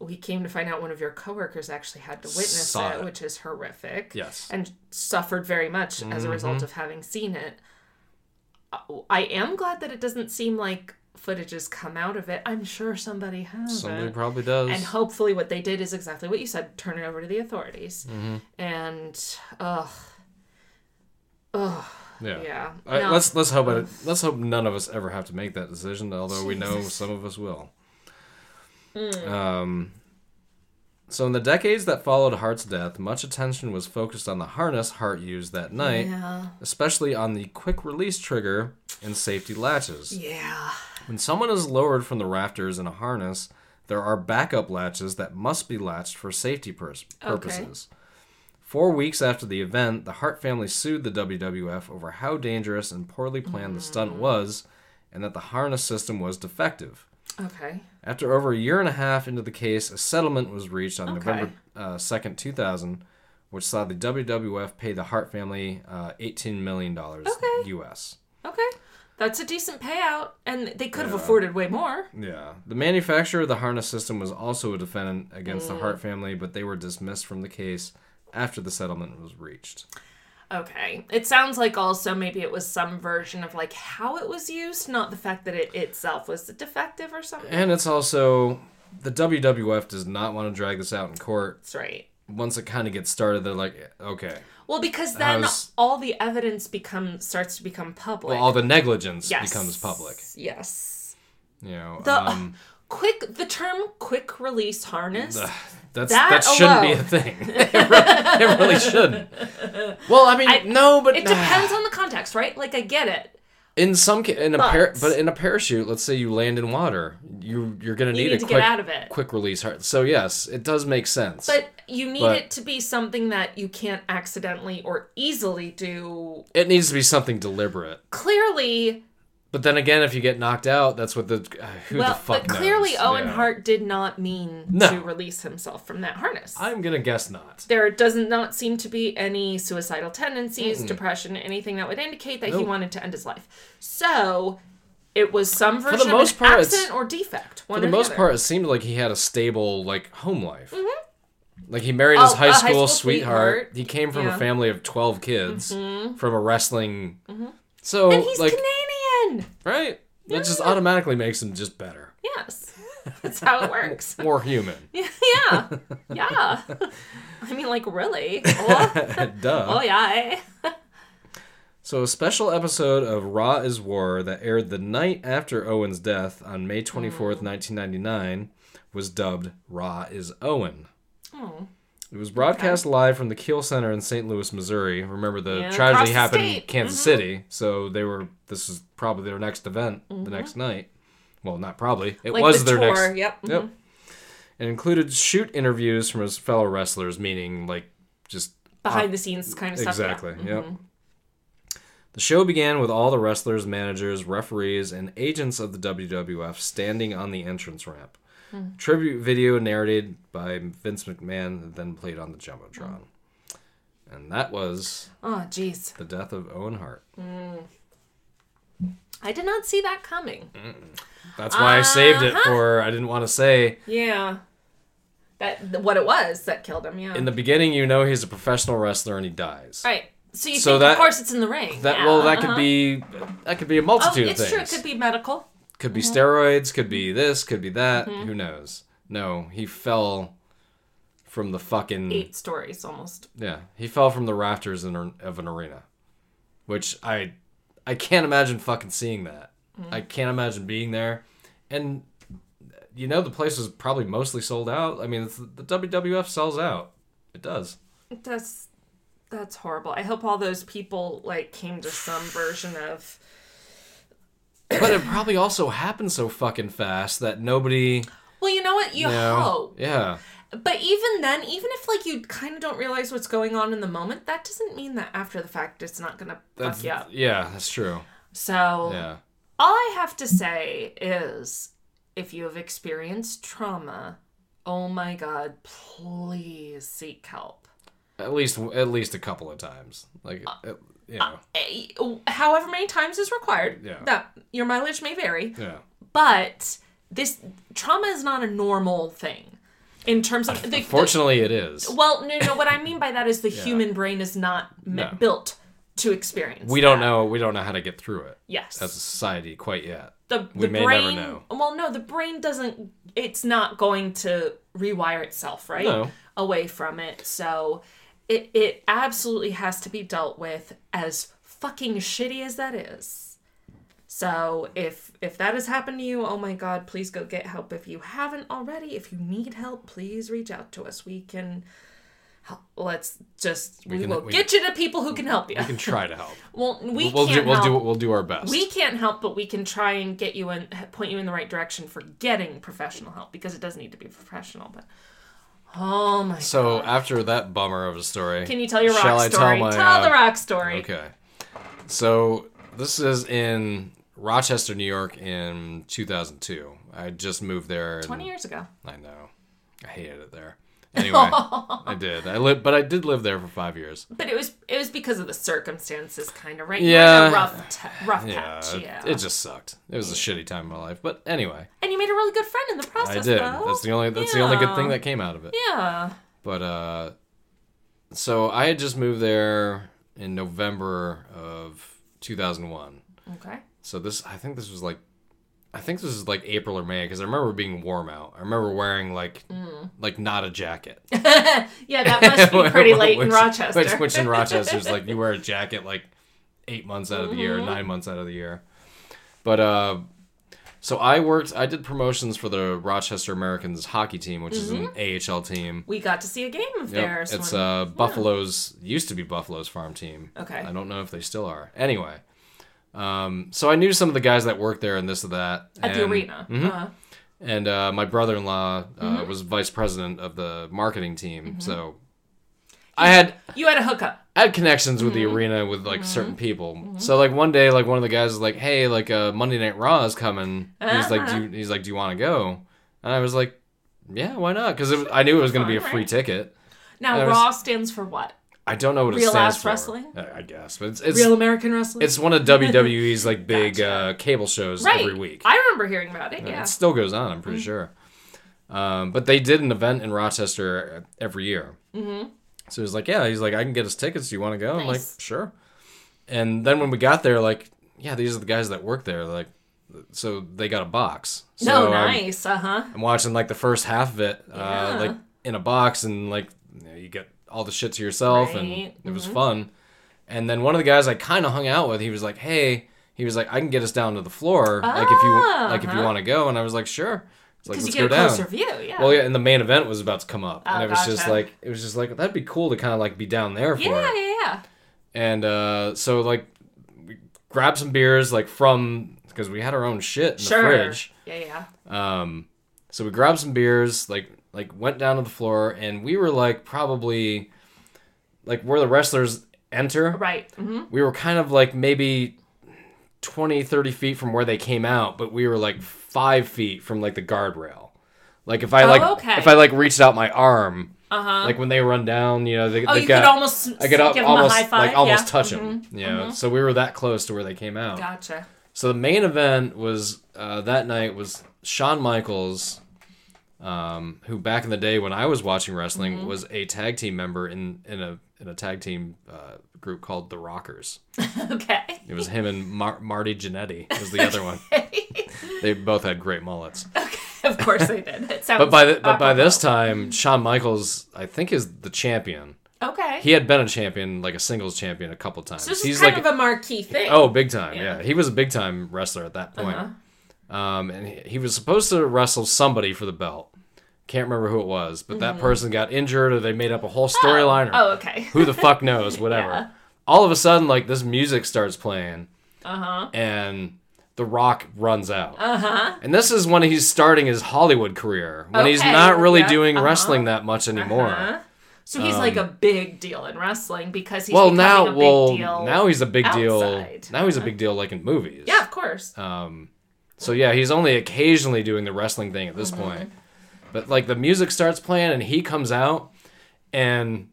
D: We came to find out one of your coworkers actually had to witness
C: Saw
D: it,
C: it.
D: which is horrific.
C: Yes. Mm-hmm.
D: And suffered very much as a result of having seen it. I- I am glad that it doesn't seem like footage has come out of it. I'm sure somebody has.
C: Somebody
D: it.
C: probably does.
D: Mm-hmm. And hopefully, what they did is exactly what you said: turn it over to the authorities.
C: Mm-hmm.
D: And ugh, ugh,
C: yeah.
D: yeah.
C: I-
D: No. Mm.
C: let's let's hope it, let's hope none of us ever have to make that decision. Although we know some of us will.
D: Mm.
C: Um. So in the decades that followed Hart's death, much attention was focused on the harness Hart used that night,
D: yeah,
C: especially on the quick release trigger and safety latches.
D: yeah,
C: When someone is lowered from the rafters in a harness, there are backup latches that must be latched for safety pers- purposes. Four weeks after the event, the Hart family sued the WWF over how dangerous and poorly planned the stunt was, and that the harness system was defective.
D: okay,
C: After over a year and a half into the case, a settlement was reached on November uh, 2nd, 2000, which saw the WWF pay the Hart family uh, $18 million US.
D: okay. That's a decent payout, and they could have afforded way more.
C: Yeah. The manufacturer of the harness system was also a defendant against
D: Mm.
C: the Hart family, but they were dismissed from the case after the settlement was reached.
D: Okay. It sounds like also maybe it was some version of like how it was used, not the fact that it itself was defective or something.
C: And it's also the WWF does not want to drag this out in court.
D: That's right.
C: Once it kind of gets started, they're like, okay.
D: Well, because then
C: How's-
D: all the evidence becomes starts to become public.
C: All the negligence
D: Yes.
C: becomes public.
D: Yes.
C: You know,
D: The
C: um,
D: quick the term quick release harness.
C: that's
D: that
C: that, shouldn't be
D: alone.
C: a thing. it, re- it really shouldn't. Well, I mean,
D: I-
C: no, but
D: it depends on the context, right? Like I get it.
C: In some, ca- in a par-
D: But-
C: but in a parachute, let's say you land in water, you you're gonna need,
D: need
C: a
D: to get
C: quick
D: out of it.
C: quick release. Heart. So yes, it does make sense.
D: But you need
C: But-
D: it to be something that you can't accidentally or easily do.
C: it needs to be something deliberate.
D: Clearly,
C: But then again, if you get knocked out, that's what the uh, who the
D: well,
C: fuck
D: but clearly
C: knows?
D: Owen
C: Yeah.
D: Hart did not mean
C: No.
D: to release himself from that harness.
C: I'm gonna guess not.
D: there does not seem to be any suicidal tendencies, depression, anything that would indicate that he
C: Nope.
D: wanted to end his life. So it was some version of
C: most
D: an
C: part, it's-
D: accident or defect. One
C: For the
D: or
C: most
D: other.
C: part, it seemed like he had a stable like home life. Like he married his
D: Mm-hmm. Oh,
C: high
D: a high
C: school,
D: school
C: sweetheart.
D: sweetheart.
C: He came from
D: Yeah. Mm-hmm.
C: a family of twelve kids from a wrestling. So
D: and he's
C: like
D: Canadian.
C: right, that just automatically makes him just better,
D: Yes, that's how it works.
C: more human.
D: yeah, yeah. I mean, like, really? Oh,
C: Duh.
D: oh yeah. eh?
C: So, a special episode of Raw is War that aired the night after Owen's death on May
D: Mm.
C: 24th, 1999, was dubbed Raw is Owen.
D: Oh,
C: It was broadcast live from the Keel Center in St. Louis, Missouri. Remember, the
D: Yeah, across the
C: tragedy happened in
D: state. Mm-hmm.
C: Kansas City, so they were, this is probably their next event the next night. Well, not probably. It
D: Mm-hmm. Like
C: was
D: the
C: their
D: tour,
C: next.
D: yep, Mm-hmm.
C: Yep. It included shoot interviews from his fellow wrestlers, meaning like just
D: behind the scenes kind of stuff. yeah.
C: Uh, Exactly. Yep. Mm-hmm. The show began with all the wrestlers, managers, referees, and agents of the WWF standing on the entrance ramp.
D: Hmm.
C: Tribute video narrated by Vince McMahon, then played on the jumbotron,
D: Hmm.
C: and that was
D: Oh, jeez.
C: the death of Owen Hart.
D: I did not see that coming.
C: Mm. That's why I saved
D: Uh-huh.
C: it for. I didn't want to say
D: Yeah. That what it was that killed him. Yeah.
C: in the beginning. You know, he's a professional wrestler and he dies.
D: right. So you
C: So
D: think
C: that-
D: of course it's in the ring.
C: That
D: yeah.
C: well, that
D: Uh-huh.
C: could be that could be a
D: Oh,
C: multitude of
D: it's
C: things.
D: true. It could be medical.
C: Could be steroids, could be this, could be that. Who knows? No, he fell from the fucking
D: Eight stories almost.
C: yeah. He fell from the rafters in, an- of an arena, which I I can't imagine fucking seeing that. I can't imagine being there, and you know the place was probably mostly sold out. I mean, it's, the WWF sells out. It does.
D: That's that's horrible. I hope all those people like came to some version of.
C: But it probably also happened so fucking fast that nobody.
D: Well, you know what? You
C: You know,
D: hope.
C: yeah.
D: But even then, even if like you kind of don't realize what's going on in the moment, that doesn't mean that after the fact it's not gonna
C: That's,
D: fuck you up.
C: yeah, that's true.
D: So
C: Yeah.
D: all I have to say is, if you have experienced trauma, oh my god, please seek help.
C: at least at least a couple of times like uh, you know
D: Eh, However many times is required.
C: Yeah.
D: That your mileage may vary.
C: yeah
D: but this trauma is not a normal thing in terms of the,
C: fortunately it is
D: the- well no no what i mean by that is the human brain is not me-
C: No.
D: built to experience
C: we don't know we don't know how to get through it
D: yes
C: as a society quite yet
D: the,
C: we
D: the
C: may never
D: brain
C: know.
D: well no the brain doesn't it's not going to rewire itself right
C: No.
D: away from it so it it absolutely has to be dealt with as fucking shitty as that is so if if that has happened to you oh my god please go get help if you haven't already if you need help please reach out to us we can help let's just we,
C: can-
D: will
C: we-
D: get you to people who can help you
C: we can try to help
D: well we
C: we'll
D: can't
C: do we'll
D: help.
C: do we'll do our best
D: We can't help, but we can try and get you and point you in the right direction for getting professional help because it does need to be professional. But oh my!
C: so after that bummer of a story
D: Can you tell your rock
C: shall
D: story?
C: I tell, my,
D: the
C: uh,
D: rock story.
C: okay so this is in rochester new york in 2002 i just moved there and-
D: Twenty years ago.
C: i know i hated it there Anyway, I did. I lived, but I did live there for five years.
D: But it was it was because of the circumstances, kind of right.
C: Yeah.
D: you were in a rough t- rough
C: Yeah,
D: patch.
C: it-
D: Yeah,
C: It, just sucked. It was a shitty time in my life. But anyway,
D: and you made a really good friend in the process.
C: I did.
D: Though.
C: That's the only. That's the only good thing
D: Yeah.
C: that came out of it.
D: yeah.
C: But uh, so I had just moved there in November of 2001.
D: Okay.
C: So this, I think this was like, I think this was like April or May because I remember it being warm out. I remember wearing like, like not a jacket.
D: Yeah, that must be pretty late in
C: Which-
D: Rochester.
C: Which, which in Rochester is like you wear a jacket like eight months out of the year,
D: Mm-hmm.
C: nine months out of the year. But uh, so I worked. I did promotions for the Rochester Americans hockey team, which
D: Mm-hmm.
C: is an AHL team.
D: we got to see a game of
C: Yep,
D: theirs.
C: It's
D: when-
C: uh, Buffalo's used to be Buffalo's farm team.
D: Okay.
C: I don't know if they still are. Anyway, um, so I knew some of the guys that worked there and this and that
D: at the
C: and- Mm-hmm.
D: arena. Mm-hmm. Uh,
C: And uh, my brother-in-law uh, was vice president of the marketing team,
D: Mm-hmm.
C: so I had
D: you had a hookup.
C: I had connections with
D: Mm-hmm.
C: the arena with like certain people. So like one day, like one of the guys was like, "Hey, like uh, Monday Night Raw is coming." He's like,
D: Uh-huh.
C: do you, "He's like, do you want to go?" And I was like, "Yeah, why not?" Because I knew it was going to be a
D: Fun,
C: free
D: right?
C: ticket.
D: Now
C: I was-
D: Raw stands for what?
C: I don't know what it
D: Real
C: stands
D: ass
C: for.
D: wrestling?
C: I I guess, but it's it's,
D: Real American Wrestling.
C: it's one of WWE's like big
D: Gotcha.
C: uh, cable shows
D: right.
C: every week.
D: I remember hearing about it. Yeah. Mm-hmm.
C: It still goes on, I'm pretty sure. Um, but they did an event in Rochester every year. Mm-hmm. So he's like, yeah, he's like, I can get us tickets. Do you want to go? I'm like,
D: Nice.
C: sure. And then when we got there, like, yeah, these are the guys that work there. Like, so they got a box. So um,
D: no,
C: I'm-
D: nice. Uh huh.
C: I'm watching like the first half of it, uh,
D: Yeah.
C: like in a box, and like you, know, you get all the shit to yourself, and
D: Right. Mm-hmm.
C: it was fun. And then one of the guys I kind of hung out with, he was like, "Hey," he was like, "I can get us down to the floor, like if you
D: Ah,
C: like if you
D: huh.
C: want to go." And I was like, "Sure." It's like
D: Because you
C: let's
D: get
C: go
D: a closer
C: down.
D: view. Yeah.
C: Well, yeah, and the main event was about to come up, and
D: Oh,
C: it was just
D: gotcha.
C: like it was just like that'd be cool to kind of like be down there for
D: yeah.
C: it.
D: Yeah. Yeah.
C: And uh, so like we grabbed some beers like from because we had our own shit in
D: Sure.
C: the fridge.
D: Yeah. Yeah.
C: Um, so we grabbed some beers, like like went down to the floor, and we were like probably like where the wrestlers enter.
D: Right. hmm
C: We were kind of like maybe 20, 30 feet from where they came out, but we were like five feet from like the guardrail. Like if I
D: Oh,
C: like
D: okay.
C: if I like reached out my arm,
D: Uh huh.
C: like when they run down, you know, they,
D: Oh,
C: they
D: you
C: got,
D: could almost s-
C: I could al-
D: give them
C: almost
D: a high five.
C: like almost
D: yeah. Mm-hmm.
C: touch them. You know, so we were that close to where they came out.
D: Gotcha.
C: So the main event was uh, that night was Shawn Michaels, um, who back in the day when I was watching wrestling
D: Mm-hmm.
C: was a tag team member in in a in a tag team uh, group called the Rockers.
D: Okay.
C: It was him and Mar- Marty Jannetty was the other one. They both had great mullets.
D: of course they did. It sounds
C: But by the, but by
D: apropos.
C: this time, Shawn Michaels I think is the champion.
D: Okay.
C: He had been a champion, like a singles champion, a couple times.
D: so this
C: He's
D: is kind
C: like
D: of a marquee thing.
C: Oh, big time.
D: Yeah. Uh-huh.
C: Yeah. He was a big time wrestler at that point. Um, and he, he was supposed to wrestle somebody for the belt. Can't remember who it was, but that person got injured or they made up a whole storyline or
D: Mm-hmm. Oh, okay.
C: who the fuck knows, whatever.
D: Yeah.
C: All of a sudden, like this music starts playing
D: Uh huh.
C: and The Rock runs out.
D: Uh huh.
C: And this is when he's starting his Hollywood career, when he's
D: Okay,
C: not really
D: yeah,
C: doing
D: uh-huh,
C: wrestling that much anymore.
D: Uh-huh. So he's like a big deal in wrestling because he's
C: Um, Well,
D: becoming a
C: now,
D: big
C: well,
D: deal.
C: now he's a big
D: outside. Uh-huh.
C: deal. Now he's a big deal, like in movies.
D: yeah, of course.
C: Um, so yeah, he's only occasionally doing the wrestling thing at this
D: Mm-hmm.
C: point. But like the music starts playing and he comes out and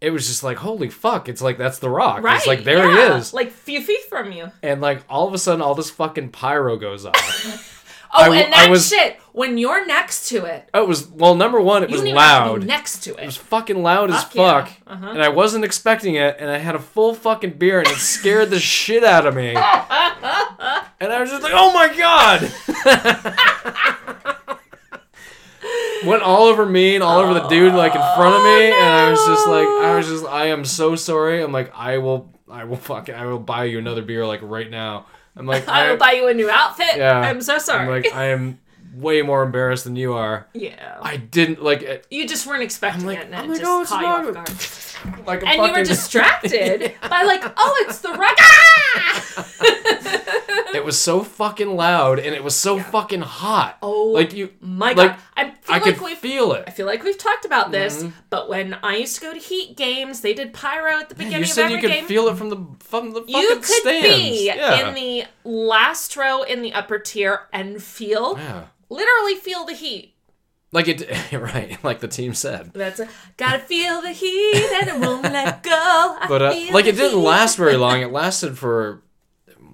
C: it was just like holy fuck, it's like that's the rock.
D: right.
C: It's like there
D: yeah.
C: he is.
D: Like few feet from you.
C: And like all of a sudden all this fucking pyro goes off.
D: Oh,
C: w-
D: and that
C: I was-
D: shit when you're next to it,
C: it was well number 1 it
D: you
C: was
D: don't even have to be
C: loud. It
D: next to
C: was
D: it.
C: fucking loud as
D: Fuck yeah. Uh-huh.
C: fuck. And I wasn't expecting it and I had a full fucking beer and it scared the shit out of me. And I was just like, "Oh my god." went all over me and all over the dude like in front of me
D: Oh,
C: and i was just like i was just i am so sorry i'm like i will i will fuck i will buy you another beer like right now i'm like
D: I will buy you a new outfit.
C: yeah
D: I'm so sorry.
C: i'm like i am way more embarrassed than you are
D: yeah.
C: i didn't like it
D: you just weren't expecting it, and
C: I'm
D: it
C: like,
D: just
C: oh, it's
D: caught you off
C: not-
D: guard.
C: like a
D: and you
C: fucking,
D: were distracted by like, oh, it's the rock.
C: it was so fucking loud and it was so fucking hot
D: Oh,
C: like you
D: My
C: Like,
D: God, I feel
C: i
D: like
C: could Mm-hmm.
D: we've
C: feel
D: I
C: it
D: feel like we've talked about this, but when I used to go to Heat games, they did pyro at the beginning
C: you said
D: of
C: you
D: every
C: could
D: game.
C: feel it from the from the fucking
D: you could
C: stands.
D: be
C: yeah.
D: in the last row in the upper tier and feel
C: yeah.
D: literally feel the heat
C: Like it, right? Like the team said.
D: That's a, gotta feel the heat and it won't let go. I
C: But uh,
D: feel
C: like it
D: the
C: didn't
D: heat.
C: last very long. It lasted for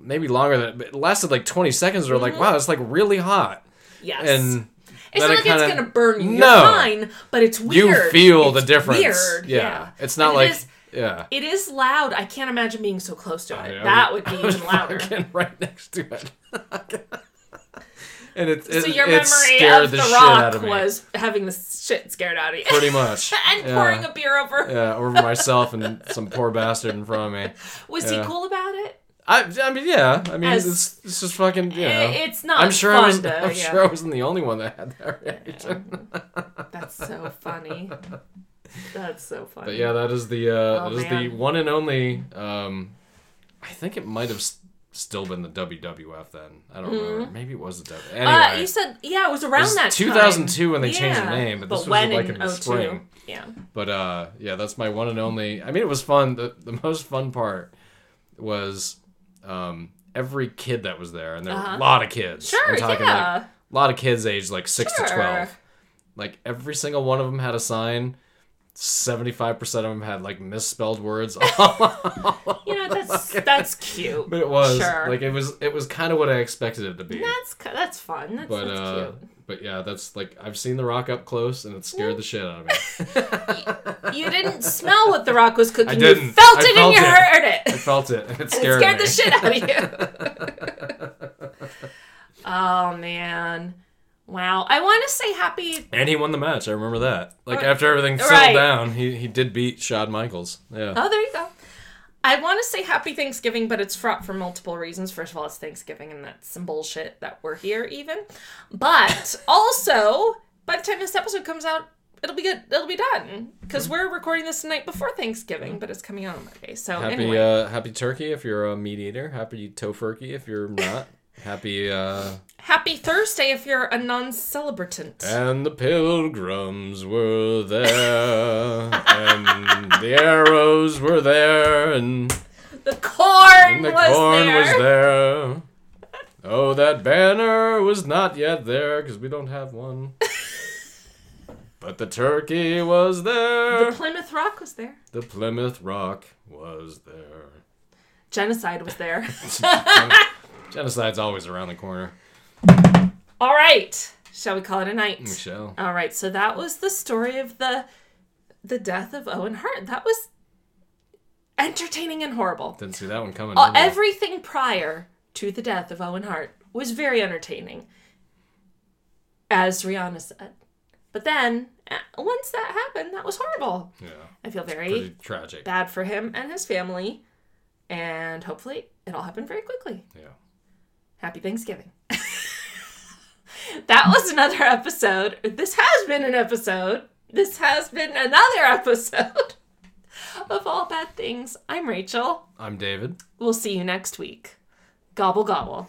C: maybe longer than but it lasted like 20 seconds. Or like,
D: Mm-hmm.
C: wow, it's like really hot,
D: Yes.
C: and
D: it's
C: then
D: not
C: it
D: like it's
C: kinda-
D: gonna burn you.
C: No.
D: You're fine, but it's weird.
C: you feel
D: It's
C: the difference.
D: Weird.
C: Yeah.
D: Yeah.
C: it's not
D: And
C: like
D: It is,
C: yeah.
D: it is loud. I can't imagine being so close to it.
C: I- I
D: that
C: was-
D: would be
C: I was
D: even louder.
C: fucking right next to it. and it, it,
D: So your
C: it
D: memory
C: scared
D: of
C: the,
D: the,
C: shit out
D: rock
C: of me.
D: was having the shit scared out of you.
C: pretty much.
D: and
C: yeah.
D: pouring a beer over.
C: yeah, over myself and some poor bastard in front of me.
D: Was
C: Yeah.
D: he cool about it?
C: I, I mean, yeah. I mean,
D: As-
C: it's, it's just fucking. You know,
D: I- it's not
C: I'm sure I
D: fun,
C: was.
D: though,
C: I'm
D: yeah.
C: sure I wasn't the only one that had that reaction.
D: That's so funny. That's so funny.
C: But yeah, that is the uh,
D: Oh,
C: that is the
D: man.
C: one and only. Um, I think it might have s- still been the WWF then. I don't remember. Maybe it was the WWF. Anyway,
D: Hmm. Uh, you said yeah, it was around
C: was
D: that
C: 2002
D: time.
C: when they changed the
D: Yeah.
C: name, but this was
D: when
C: like in the
D: 02?
C: spring.
D: Yeah.
C: But uh, yeah, that's my one and only. I mean, it was fun. The the most fun part was um, every kid that was there, and there were a lot of kids.
D: Uh-huh. Sure, yeah.
C: like a lot of kids aged like six to
D: Sure.
C: twelve. Like every single one of them had a sign. Seventy-five percent of them had like misspelled words.
D: You know that's that's cute.
C: but it was
D: sure.
C: like it was it was kind of what I expected it to be.
D: that's cu- that's fun. That's,
C: but
D: that's
C: uh, but yeah, that's like I've seen The Rock up close, and it scared the shit out of me.
D: cute. You didn't smell what the rock was cooking. You
C: didn't.
D: felt
C: I
D: it
C: felt
D: and you
C: it.
D: heard
C: I
D: it.
C: felt it, and it
D: It
C: scared,
D: scared
C: me.
D: the shit out of you. oh man. Wow. I want to say happy.
C: And he won the match. I remember that. Like
D: Right.
C: after everything settled
D: Right.
C: down, he, he did beat Shawn Michaels. Yeah.
D: Oh, there you go. I want to say happy Thanksgiving, but it's fraught for multiple reasons. First of all, it's Thanksgiving, and that's some bullshit that we're here even. But also, by the time this episode comes out, it'll be good. It'll be done because
C: Mm.
D: we're recording this the night before Thanksgiving, but it's coming out on Monday. So
C: Happy
D: anyway,
C: uh, happy turkey if you're a meat eater. Happy tofurkey if you're not. happy uh,
D: happy Thursday if you're a non-celebratant.
C: and the pilgrims were there and the arrows were there and,
D: the corn
C: and the
D: was
C: corn
D: there.
C: was there. Oh, that banner was not yet there because we don't have one. but the turkey was there.
D: The Plymouth Rock was there.
C: The Plymouth Rock was there.
D: Genocide was there.
C: Genocide's always around the corner.
D: all right. Shall we call it a night?
C: Michelle.
D: All right, so that was the story of the the death of Owen Hart. That was entertaining and horrible.
C: Didn't see that one coming.
D: Uh,
C: did I?
D: everything prior to the death of Owen Hart was very entertaining, as Rihanna said. But then, uh, once that happened, that was horrible.
C: yeah.
D: I feel very
C: Pretty tragic.
D: bad for him and his family, and hopefully, it all happened very quickly.
C: Yeah.
D: Happy Thanksgiving. that was another episode. This has been an episode. This has been another episode of All Bad Things. I'm Rachel.
C: I'm David.
D: We'll see you next week. Gobble, gobble.